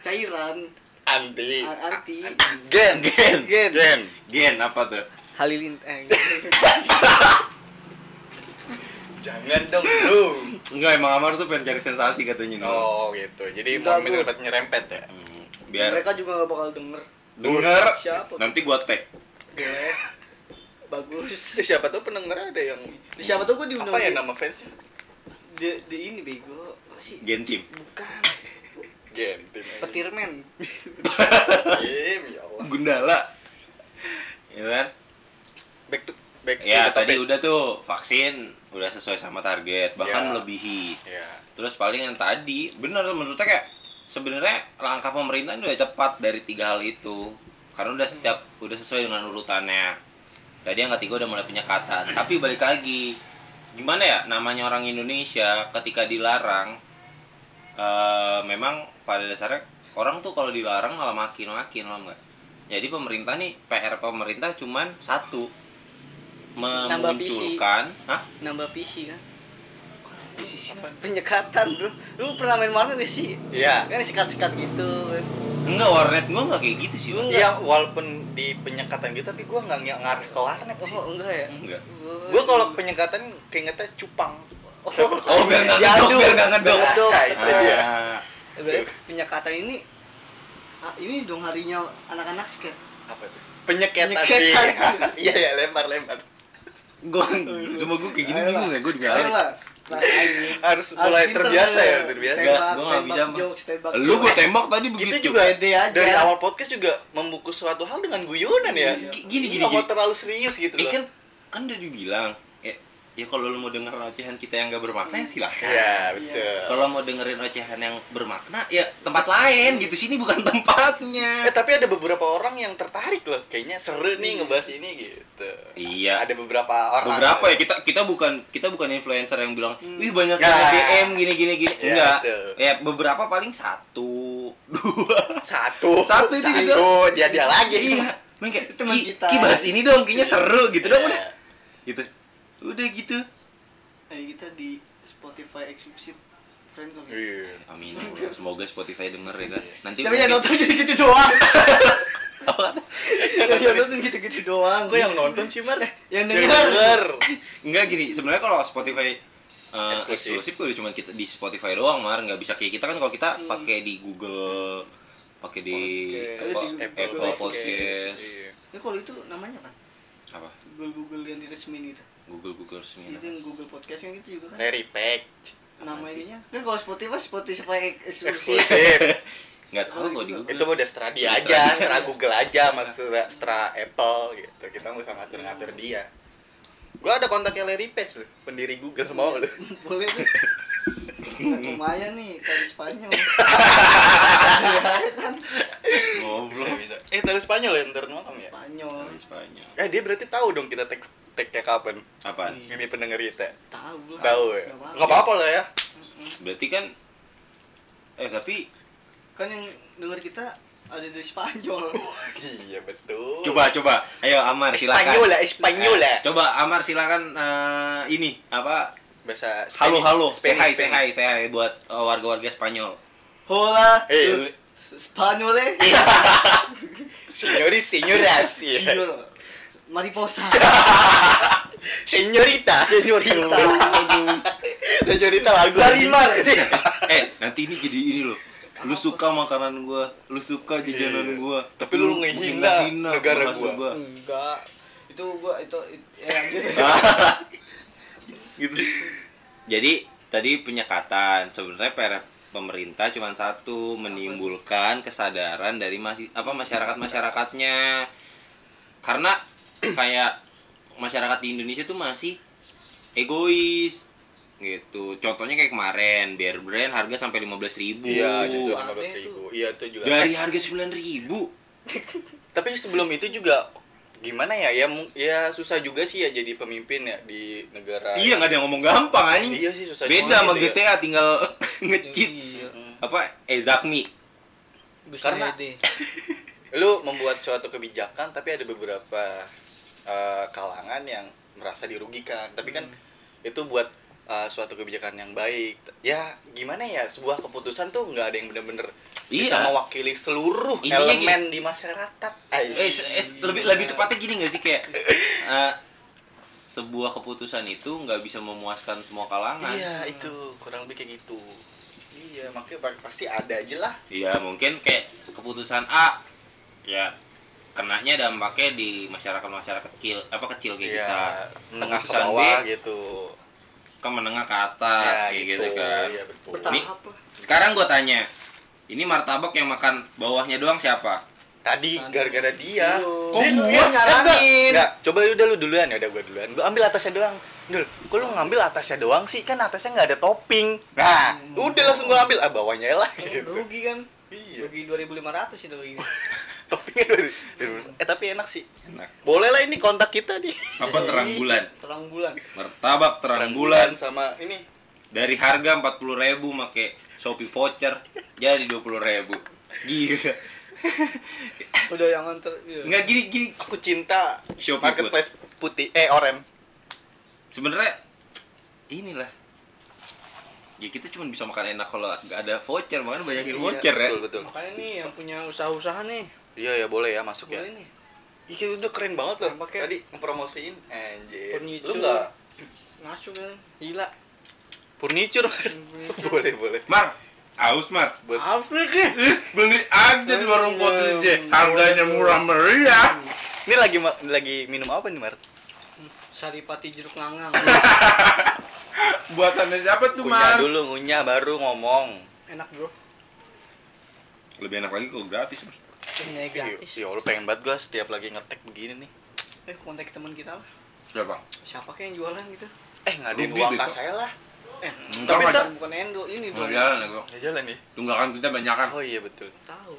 S3: Cairan
S2: anti
S3: a- anti
S1: Gen Gen
S3: Gen.
S2: gen
S1: Gen apa tuh?
S3: halilintar.
S2: jangan dong lu
S1: Enggak, emang Amar tuh pengen cari sensasi katanya no.
S2: oh gitu jadi
S3: Enggak,
S2: mau
S3: Bu.
S2: nyerempet nyerempet ya
S1: Hmm, Biar
S3: Mereka juga gak bakal denger.
S1: denger,
S3: Siapa?
S1: nanti gua tag
S3: Boleh. Bagus.
S2: Terus Eh, siapa tuh pendengar ada yang
S3: Siapa tuh gue diundang
S2: apa ya
S3: di-
S2: nama fansnya
S3: di, di ini bego. Apa sih?
S1: Gen Team
S3: Bukan.
S2: gen tim
S3: Petirmen.
S2: Tim, ya Allah
S1: Gundala Iya kan?
S2: back to back to
S1: Ya
S2: the
S1: tadi
S2: topic.
S1: udah tuh vaksin udah sesuai sama target bahkan
S2: Ya.
S1: melebihi.
S2: ya
S1: Terus paling yang tadi bener tuh, menurut saya kayak sebenarnya langkah pemerintah ini udah cepat dari tiga hal itu karena udah setiap udah sesuai dengan urutannya. Tadi yang ketiga udah mulai penyekatan tapi balik lagi gimana ya namanya orang Indonesia ketika dilarang eh, memang pada dasarnya orang tuh kalau dilarang malah makin makin loh enggak. Jadi pemerintah nih PR pemerintah cuman satu
S3: Nambah visi.
S1: memunculkan, Hah?
S3: Nambah PC kan.
S2: Apa?
S3: Penyekatan, Bro. Lu pernah main warnet gak sih?
S2: ya
S3: Kan sikat-sikat gitu. kan.
S1: Enggak warnet gua nggak kayak gitu sih gua nggak.
S2: Iya, walaupun di penyekatan gitu tapi gua nggak ng- ngarah ke warnet sih.
S3: Oh, enggak ya?
S1: Enggak.
S2: Gua kalau penyekatan keingetnya cupang.
S1: Oh, biar nggak ngedok,
S3: Diaduk.
S1: biar nggak ngedok.
S3: Diaduk.
S2: Nah, itu dia.
S1: Ah.
S3: Berarti penyekatan ini ah, ini dong harinya anak-anak sih kayak
S2: Apa itu? Penyeketan.
S3: Penyeketan.
S2: Iya. Iya, ya, lempar lempar.
S1: Gua semua gua kayak gini
S3: Ayolah.
S1: bingung ya gua juga.
S3: Ayolah. Nah, ini. Harus
S2: Harus mulai
S3: pinter,
S2: terbiasa ya,
S3: Bro.
S2: terbiasa.
S1: Enggak,
S3: Tembak,
S1: gua nggak
S3: tembak
S1: bisa, Bang.
S3: jokes, tembak
S1: Lu gua gitu
S3: jokes.
S1: tembak tadi
S2: Kita
S1: begitu.
S2: juga
S3: Pede aja.
S2: dari awal podcast juga membungkus suatu hal dengan guyonan ya.
S1: Iya. Gini, gini,
S2: Nggak mau
S1: gini.
S2: terlalu serius gitu
S1: Eh
S2: loh.
S1: kan kan udah dibilang ya, ya kalau lu mau denger ocehan kita yang gak bermakna ya silakan.
S2: Iya, betul.
S1: Kalau mau dengerin ocehan yang bermakna ya tempat lain gitu sini bukan tempatnya.
S2: Eh tapi ada beberapa orang yang tertarik loh, kayaknya seru nih ngebahas ini gitu.
S1: Iya.
S2: Ada beberapa orang.
S1: Beberapa ya kita kita bukan kita bukan influencer yang bilang wih banyak
S2: Nggak.
S1: yang DM gini gini gini
S2: Hmm. Ya,
S1: enggak.
S2: betul.
S1: Ya beberapa paling satu, dua.
S2: Satu.
S1: Satu itu juga.
S2: Satu, dia dia lagi.
S1: Iya. Mungkin kayak,
S3: Teman
S1: "Ki,
S3: kita."
S1: Ki bahas ini dong, kayaknya seru gitu dong udah.
S2: Iya.
S1: Gitu. Udah gitu.
S3: Eh, kita di Spotify exclusive friend kali.
S2: Iya.
S1: Amin. Allah. Semoga Spotify denger ya kan. Nanti
S3: Tapi yang
S1: mungkin-
S3: nonton gitu-gitu doang. Yang nonton gitu-gitu doang.
S2: Kok yang nonton sih, Mar?
S3: yang
S2: Yang
S3: denger.
S2: denger.
S1: enggak gini, sebenarnya kalau Spotify eh,
S2: Eksklusif.
S1: eksklusif udah cuma kita di Spotify doang, Mar, nggak bisa kayak kita kan kalau kita pakai di Google pakai di
S2: Oke.
S1: apa,
S3: Di
S1: Apple,
S3: Google
S1: Podcast
S2: Iya.
S3: Ini Ya, kalau itu namanya kan
S1: apa
S3: Google Google yang diresmin itu.
S1: Google Google semina
S3: Itu yang Google Podcast yang itu juga kan.
S2: Larry Pack.
S3: Nama
S1: Apaan sih?
S3: ininya. Kan kalau Spotify Spotify exclusive.
S2: Eksklusif.
S1: nggak tahu kok di Google
S2: Itu mah udah setelah dia
S1: Udah
S2: aja,
S1: setelah dia.
S2: setelah Google aja, mas setelah, setelah Apple gitu. Kita nggak usah ngatur-ngatur dia. Gua ada kontaknya Larry Page loh, pendiri Google mau lu.
S3: Boleh tuh. lumayan nih kali Spanyol Iya, kan?
S2: Bisa,
S1: Goblok.
S2: bisa. Eh, dari Spanyol ya, ntar malam ya?
S3: Spanyol
S1: Dari Spanyol.
S2: Eh, dia berarti tahu dong kita tag tag-nya kapan.
S1: Apaan?
S3: Iya.
S2: Ini pendengar kita.
S3: tahu lah
S2: Tahu ya?
S3: Nggak apa-apa.
S2: Nggak apa-apa lah ya.
S1: Berarti kan eh tapi
S3: kan yang denger kita ada dari Spanyol
S2: Iya, betul. ya,
S1: coba coba ayo Amar silakan.
S2: Espanyola, Espanyola.
S1: Eh, Coba Amar silakan eh, ini apa?
S2: Bahasa
S1: Halo
S2: Spanish-
S1: halo. Say
S2: Spanish,
S1: hi, say hi,
S2: Spanish.
S1: say hi buat eh, warga-warga Spanyol.
S3: hola
S2: Eh.
S3: terus Spanyol eh
S2: Señori, señoras. iya.
S3: Spanyol mariposa
S2: Señorita. Señorita. Señorita lagu.
S3: Larimar.
S1: eh nanti ini jadi ini loh. Lu suka makanan gua, lu suka jajanan
S2: Iya.
S1: gua,
S2: Tapi lu ngehina
S1: menghina
S2: negara
S1: bahasa
S2: gua.
S3: enggak itu gua itu it- ya gitu
S2: Gitu.
S1: Jadi tadi penyekatan sebenarnya PR pemerintah cuma satu menimbulkan kesadaran dari masih apa masyarakat masyarakatnya karena kayak masyarakat di Indonesia tuh masih egois gitu contohnya kayak kemarin bear brand harga sampai 15.000 ribu
S2: Iya, cucu
S3: aneh
S2: 15 ribu. Iya, itu juga.
S1: dari harga 9.000 ribu
S2: tapi sebelum itu juga gimana ya ya mu- ya susah juga sih ya jadi pemimpin ya di negara
S1: iya nggak ada yang ngomong gampang anjing
S2: Iya sih, Hmm. susah
S1: beda sama
S2: ngomong gitu
S1: GTA tinggal ngecit
S3: Iya.
S1: apa Ezakmi
S3: Karena
S2: Karena- lu membuat suatu kebijakan tapi ada beberapa eh, kalangan yang merasa dirugikan tapi kan
S1: Hmm.
S2: itu buat eh, suatu kebijakan yang baik ya gimana ya sebuah keputusan tuh nggak ada yang bener-bener bisa
S1: Iya.
S2: mewakili seluruh
S1: Intinya
S2: elemen di masyarakat
S1: Eh, se- eh, se- lebih lebih tepatnya gini gak sih kayak eh, sebuah keputusan itu nggak bisa memuaskan semua kalangan.
S2: iya itu kurang lebih kayak gitu iya makanya pa- pasti ada aja lah
S1: Iya, mungkin kayak keputusan A ya kenanya dampaknya di masyarakat masyarakat kecil apa kecil kayak
S2: Iya,
S1: kita
S2: menengah ke
S1: Keputusan B
S2: bawah gitu.
S1: ke menengah ke atas
S2: Ya,
S1: kayak gitu, kan.
S2: Iya, betul.
S3: bertahap lah
S1: Sekarang gua tanya, ini martabak yang makan bawahnya doang siapa?
S2: Tadi gara-gara dia.
S1: Kok
S2: Dia-
S1: gua
S2: dia-
S3: nyaranin?
S2: enggak, enggak. coba udah lu duluan ya, udah gua duluan. Gua ambil atasnya doang. Dul, kok lu ngambil atasnya doang sih? Kan atasnya nggak ada topping. Nah,
S1: Hmm.
S2: udah langsung gua ambil ah bawahnya lah
S1: Oh,
S2: gitu.
S3: rugi kan
S2: Iya.
S3: rugi 2500 itu rugi
S2: Toppingnya dulu. dulu. Eh tapi enak sih.
S1: Enak.
S2: Boleh lah ini kontak kita nih.
S1: Apa terang bulan?
S3: terang bulan
S1: Martabak terang bulan
S2: sama ini.
S1: dari harga 40.000 make Shopee voucher jadi 20.000. Gila.
S3: udah yang nganter iya.
S1: Enggak gini gini.
S2: Aku cinta
S1: Shopee
S2: marketplace putih eh oranye.
S1: Sebenarnya inilah. Ya kita cuma bisa makan enak kalau nggak ada voucher, makanya banyakin voucher ya.
S2: Iya, Betul, betul.
S3: makanya nih yang punya usaha-usaha nih
S2: Iya ya boleh ya masuk ya.
S3: boleh nih
S2: Ih, itu udah keren banget loh.
S3: Pakai-
S2: Tadi ngepromosiin anjir.
S3: Furniture.
S2: Lu enggak
S3: ngasuh kan gila
S2: furniture.
S3: Furniture.
S2: boleh, boleh.
S1: Mar, aus Mar.
S2: Buat
S3: Afrik nih
S1: Beli aja di warung kopi aja. Harganya murah meriah.
S2: ini lagi ma- lagi minum apa nih, Mar?
S3: saripati jeruk nangang
S1: Buatannya siapa tuh,
S2: Kunyah
S1: Mar?
S2: dulu, ngunyah baru ngomong.
S3: enak bro
S1: Lebih enak lagi kalau gratis, Mar.
S3: ini gratis
S2: Ya, lu pengen banget gua setiap lagi ngetek begini nih.
S3: eh kontak teman kita lah
S1: Siapa?
S3: siapa kayak yang jualan gitu
S2: Eh, ngadain
S1: Rugi
S2: uang
S1: deh,
S2: kas
S1: kok.
S2: saya lah.
S3: eh
S1: Ntar,
S2: Tapi
S1: Mar.
S2: ntar- Iya.
S3: bukan endo ini
S1: Nggak
S3: bro
S1: jalan ya, gua.
S2: Nggak jalan nih.
S1: Tunggakan kita kan. banyakan.
S2: Oh iya betul.
S3: tahu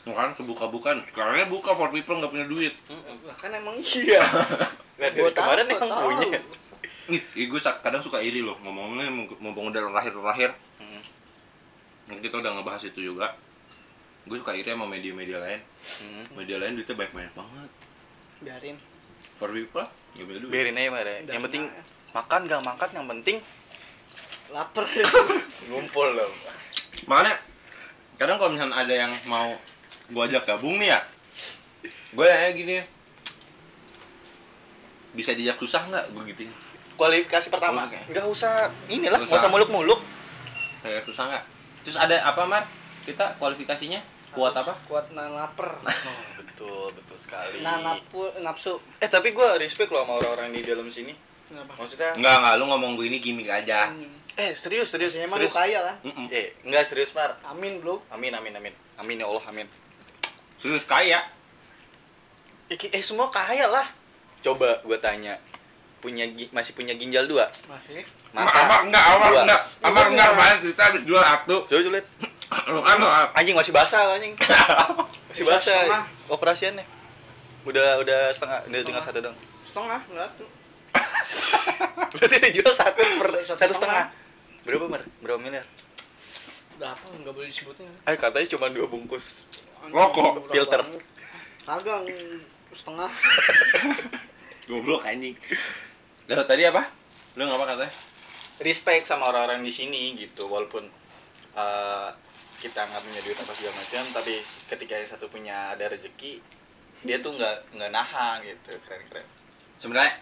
S1: Bukan kebuka-bukan. Karena buka for people nggak punya duit.
S3: lah kan emang iya
S2: Lah, dari
S3: Gua tahu,
S2: kemarin
S3: gua
S2: emang
S3: tahu.
S2: punya.
S1: Ih, gue kadang suka iri loh ngomongnya mumpung udah lahir-lahir
S2: Hmm.
S1: kita udah ngebahas itu juga gue suka iri sama media-media lain
S2: Hmm.
S1: media lain duitnya banyak-banyak banget
S3: biarin
S1: for people ya punya duit
S2: Biarin aja, Mar. ya. Eh, Yang penting makan gak makan yang penting
S3: lapar
S2: ngumpul loh.
S1: makanya kadang kalau misalnya ada yang mau gue ajak gabung nih ya gue kayak gini bisa diajak susah nggak gue gituin
S2: Kualifikasi pertama.
S1: Oke.
S2: Nggak usah inilah,
S1: Nggak
S2: nggak usah
S1: usah.
S2: muluk-muluk.
S1: kayak susah nggak terus ada apa mar kita kualifikasinya kuat apa
S3: kuat nahan lapar Oh.
S2: Betul, betul sekali.
S3: nahan napu- nafsu
S2: Eh tapi gue respect loh sama orang-orang di dalam sini.
S3: kenapa
S2: Maksudnya?
S1: Enggak, enggak, lu ngomong gue ini gimmick aja.
S2: Eh serius serius
S3: Biasanya emang lu
S2: serius.
S3: kaya kan
S1: Mm-mm.
S2: Eh enggak serius Mar.
S3: amin bro
S2: Amin amin amin. Amin ya Allah amin.
S1: Serius kaya.
S2: Eh, ki- eh semua kaya lah. Coba gue tanya. punya gi- masih punya ginjal dua
S3: Masih.
S1: Amar amar enggak, amar
S2: dua.
S1: enggak. Amar enggak banyak cerita habis jual satu.
S2: Coba dulu lihat.
S1: Lu kan lu
S2: anjing masih basah anjing masih
S3: Bisa
S2: basah
S3: setengah.
S2: operasiannya udah udah setengah udah tinggal
S3: Setengah.
S2: satu dong
S3: Setengah enggak tuh.
S2: berarti dijual satu per
S3: Satu
S2: satu
S3: setengah.
S2: setengah berapa mer berapa miliar
S3: Berapa enggak boleh disebutin.
S2: eh katanya cuma dua bungkus
S1: Rokok,
S3: Murah
S2: filter.
S3: banget. Kagak ng- setengah.
S1: goblok anjing. Lah tadi apa? Lu ngapa katanya?
S2: respect sama orang-orang di sini gitu walaupun eh, kita nggak punya duit apa segala macam tapi ketika yang satu punya ada rezeki dia tuh nggak nggak nahan gitu keren keren
S1: Sebenarnya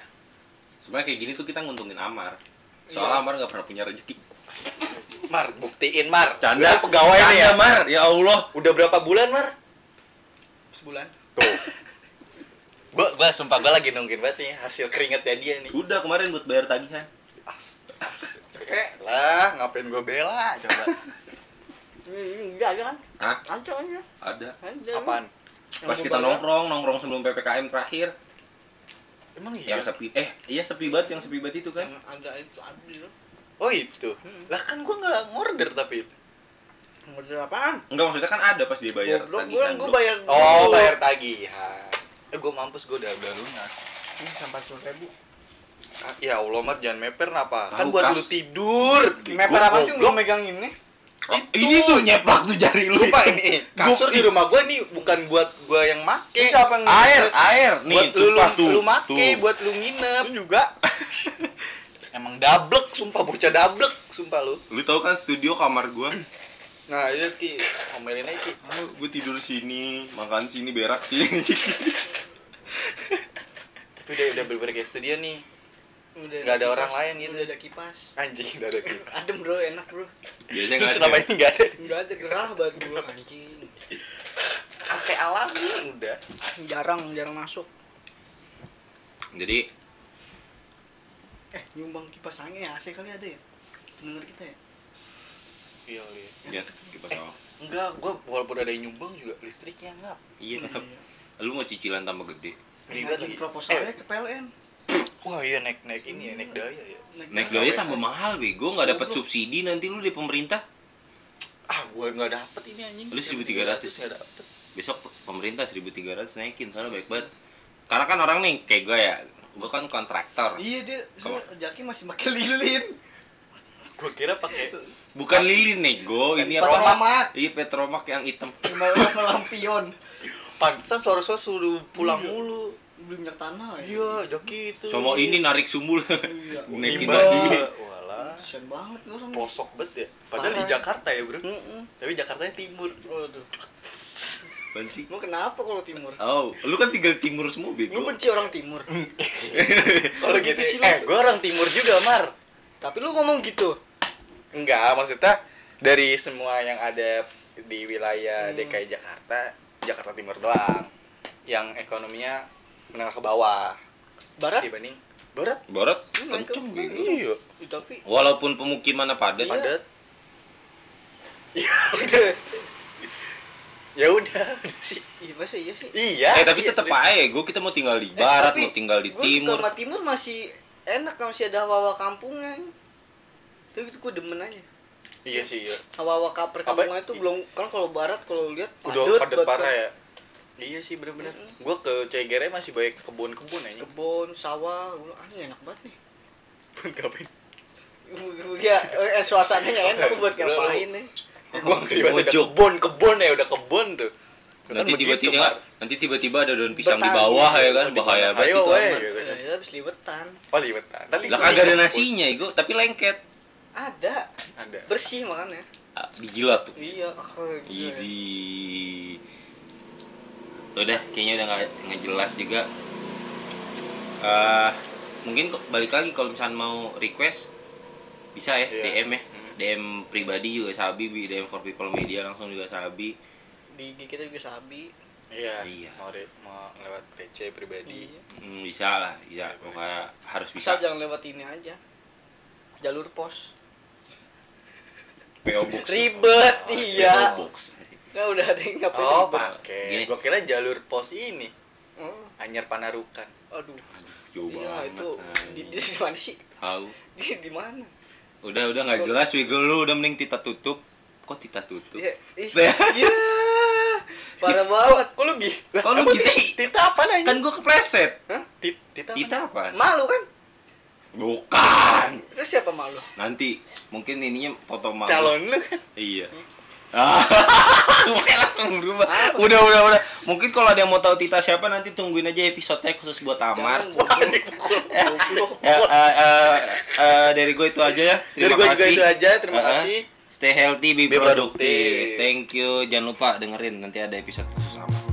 S1: sebenarnya kayak gini tuh kita nguntungin Amar. Soalnya Amar nggak pernah punya rezeki.
S2: mar buktiin mar
S1: Canda
S2: Lu pegawai
S1: Canda,
S2: nih ya
S1: Mar. Ya Allah.
S2: udah berapa bulan mar
S3: Sebulan.
S2: tuh gua gua sumpah gua lagi nungguin banget nih hasil keringetnya dia nih
S1: Udah kemarin buat bayar tagihan.
S2: Astaga. lah ngapain gua bela coba
S3: Enggak ada kan?
S1: Hah?
S3: Ancol aja.
S1: Ada.
S3: Ancol.
S2: apaan
S3: Yang
S1: Pas
S3: mau
S1: kita
S3: bayar.
S1: nongkrong, nongkrong sebelum PPKM terakhir
S2: emang iya
S1: yang sepi eh iya sepi banget yang sepi banget itu kan.
S3: Yang ada itu abis itu.
S2: oh itu lah kan gua nggak ngorder tapi itu
S3: Model apaan?
S1: Enggak maksudnya kan ada pas dia bayar
S3: Goblok, gua
S1: tagihan.
S3: gua
S1: dong.
S3: bayar.
S2: oh
S3: dulu.
S2: bayar tagihan eh gua mampus gua udah udah lunas
S3: Ini sampai 40.000.
S2: Ah, Ya Allah, Mar, jangan meper
S1: Tahu,
S2: kenapa? Kan buat
S1: Kas.
S2: lu tidur.
S3: Meper apa sih lu
S2: Goblok.
S3: megang ini?
S1: Oh,
S2: Itu.
S1: Ini tuh nyeplak tuh jari lu.
S2: Lupa
S1: itu.
S2: ini. eh, Kasur
S1: Gua-
S2: di rumah gua nih bukan buat gua yang make.
S3: Ini siapa yang
S1: air, air nih
S2: buat lu, lu,
S1: tumpah tuh.
S2: lu make,
S1: Tuh.
S2: buat lu nginep. juga. Emang dablek, sumpah bocah dablek, sumpah lu.
S1: Lu tahu kan studio kamar gua?
S2: Nah, iya Ki, omelin aja Ki.
S1: Ah, gua tidur sini, makan sini, berak sini.
S2: Tapi udah udah bener kayak studio nih.
S3: Udah
S2: Nggak ada
S3: kipas,
S2: orang lain gitu.
S3: Udah ada kipas.
S2: Anjing, udah ada Ki.
S3: Adem bro, enak bro.
S1: Biasanya
S2: Itu
S1: nggak
S2: selama
S1: ada.
S2: ini nggak ada.
S3: Enggak ada gerah banget gua anjing.
S2: AC alami udah.
S3: Jarang, jarang masuk.
S1: Jadi
S3: Eh, nyumbang kipas angin ya, AC kali ada ya? Bener kita ya?
S2: Iya, iya.
S1: ya kipas awal.
S2: Enggak, gua walaupun ada yang nyumbang juga listriknya ngap.
S1: Iya. Lu mau cicilan tambah gede.
S2: Ribet
S3: Ngajuin
S2: lagi.
S3: proposalnya
S2: Eh.
S3: ke PLN.
S2: Wah, iya naik naik ini ya, naik daya ya.
S1: Naik
S3: daya.
S1: daya tambah mahal bego, nggak dapat subsidi nanti Nah, lu di pemerintah.
S2: ah gue nggak dapet ini anjing
S1: Lu 1300.
S2: nggak dapet
S1: Besok pemerintah 1300 naikin soalnya baik banget. Karena kan orang nih kayak gua ya, gua kan kontraktor.
S3: Iya dia, sama Jaki masih pakai lilin.
S2: gue kira pakai
S1: Bukan lilin nih, go. Ini apa?
S3: Petromak.
S1: Iya, petromak yang hitam.
S3: Cuma sama lampion.
S2: pantesan sore sore suruh pulang mulu
S3: Beli minyak tanah ya.
S2: iya joki itu
S1: Sama ini narik sumbul.
S3: Iya.
S1: Naikin
S2: Imba.
S1: lagi.
S2: walah
S3: Kasian banget lu sama.
S2: posok bet ya padahal
S3: Parah.
S2: di Jakarta ya bro
S3: Heeh.
S2: tapi Jakartanya timur
S3: Waduh.
S1: Apaan sih?
S3: Lu kenapa kalau timur?
S1: Oh, lu kan tinggal timur semua
S3: Lu kan
S1: bego.
S3: benci orang timur.
S1: Mm.
S2: kalau gitu
S3: Gitu sih,
S2: sih
S3: lu.
S2: eh gue orang timur juga mar
S3: Tapi lu ngomong gitu.
S2: enggak maksudnya dari semua yang ada di wilayah DKI Jakarta Jakarta Timur doang yang ekonominya menengah ke bawah
S1: Iya.
S3: Barat?
S2: dibanding barat
S1: Barat
S3: Lu naik ke-
S1: kenceng bego.
S2: iya
S3: Ya, tapi
S1: Walaupun pemukimannya padat,
S3: Iya.
S2: padat ya udah ya udah udah sih
S3: iya masa iya sih.
S2: iya
S1: eh tapi
S2: iya,
S1: tetep
S2: serius.
S1: aja ya, gue kita mau tinggal di
S3: Eh,
S1: barat,
S3: tapi
S1: mau tinggal di
S3: gua
S1: timur.
S3: suka sama timur masih enak masih ada hawa-hawa kampungnya. Tapi itu gue demen aja.
S2: iya sih iya
S3: Hawa-hawa kaper
S2: Apa-
S3: kampungnya itu belum kan kalau barat kalau lihat
S2: udah padat
S3: banget
S2: parah
S3: kan.
S2: ya iya sih bener-bener gua ke Cegere masih banyak kebun-kebun aja
S3: Kebun, sawah, gua bilang, ah ini enak banget nih.
S2: kebun ngapain
S3: Ya, eh, suasananya nggak enak buat
S2: Lu- lu-
S3: ngapain nih.
S2: gua tiba ada
S1: Pojok.
S2: kebun kebun ya udah kebun tuh Kan
S1: nanti
S2: begitu,
S1: tiba-tiba
S2: Mar.
S1: nanti tiba-tiba ada daun pisang di
S3: Betah,
S1: bawah ya kan,
S2: Di
S1: bahaya
S2: mana?
S1: banget
S2: ayo
S1: itu.
S2: weh
S1: aman.
S2: gitu
S3: Ya,
S2: kan
S3: ya habis liwetan.
S2: oh liwetan tapi
S1: Lah
S2: gua
S1: kagak ada
S2: di kebun.
S1: nasinya, Igo, tapi lengket.
S3: Ada,
S2: ada
S3: bersih makannya.
S1: Ah, dijilat tuh.
S3: Iya, oh, gila.
S1: Idi. Udah, kayaknya udah nggak- nggak jelas juga. Eh, mungkin kok balik lagi kalau misalnya mau request bisa ya
S2: Iya.
S1: DM ya.
S2: Hmm.
S1: DM pribadi juga Sabi, DM for people media langsung juga Sabi.
S3: Di IG kita juga sabi.
S2: iya
S1: Iya.
S2: mau re- mau lewat PC pribadi
S3: Iya.
S1: Hmm, bisa lah, bisa. Pokoknya harus bisa.
S3: Bisa jangan lewat ini aja. Jalur pos.
S1: PO Box.
S3: Ribet,
S2: Oh,
S1: PO
S3: iya.
S1: Box.
S3: Kan udah ada yang ngapain
S2: Oh,
S3: ribet.
S2: pakai.
S1: Gini.
S2: Gua kira jalur pos ini.
S3: Oh,
S2: Anyar Panarukan.
S3: aduh.
S1: Jauh
S3: Iya,
S1: banget.
S3: itu di,
S1: anjing.
S3: di mana sih?
S1: Tahu.
S3: Di, di mana?
S1: Udah udah nggak jelas Wigo lu udah mending Tita tutup. Kok Tita tutup?
S3: Iya, ih,
S1: Iya.
S3: iya. Parah banget.
S2: Nah. Kok lu gih?
S1: Kok lu
S2: Apa
S1: gitu?
S2: ti- Tita apa nanya?
S1: Kan gua kepleset.
S3: Hah?
S2: Ti- Tita, apa?
S1: Tita apa?
S3: Malu kan?
S1: Bukan.
S3: Terus siapa malu?
S1: Nanti mungkin ininya foto malu.
S2: Calon lu kan?
S1: Iya. Ah, Makanya langsung berubah. Udah, udah, udah. Mungkin kalau ada yang mau tahu Tita siapa nanti tungguin aja episode-nya khusus buat Amar.
S3: Jangan,
S2: Wah, dipukul.
S1: Ya, eh, eh, eh, dari gue itu aja ya. Terima
S2: Dari gue juga
S1: kasih.
S2: itu aja, terima
S1: Eh, eh.
S2: kasih.
S1: Stay healthy, be,
S2: Be
S1: produktif.
S2: produktif.
S1: Thank you. Jangan lupa dengerin nanti ada episode khusus Amar.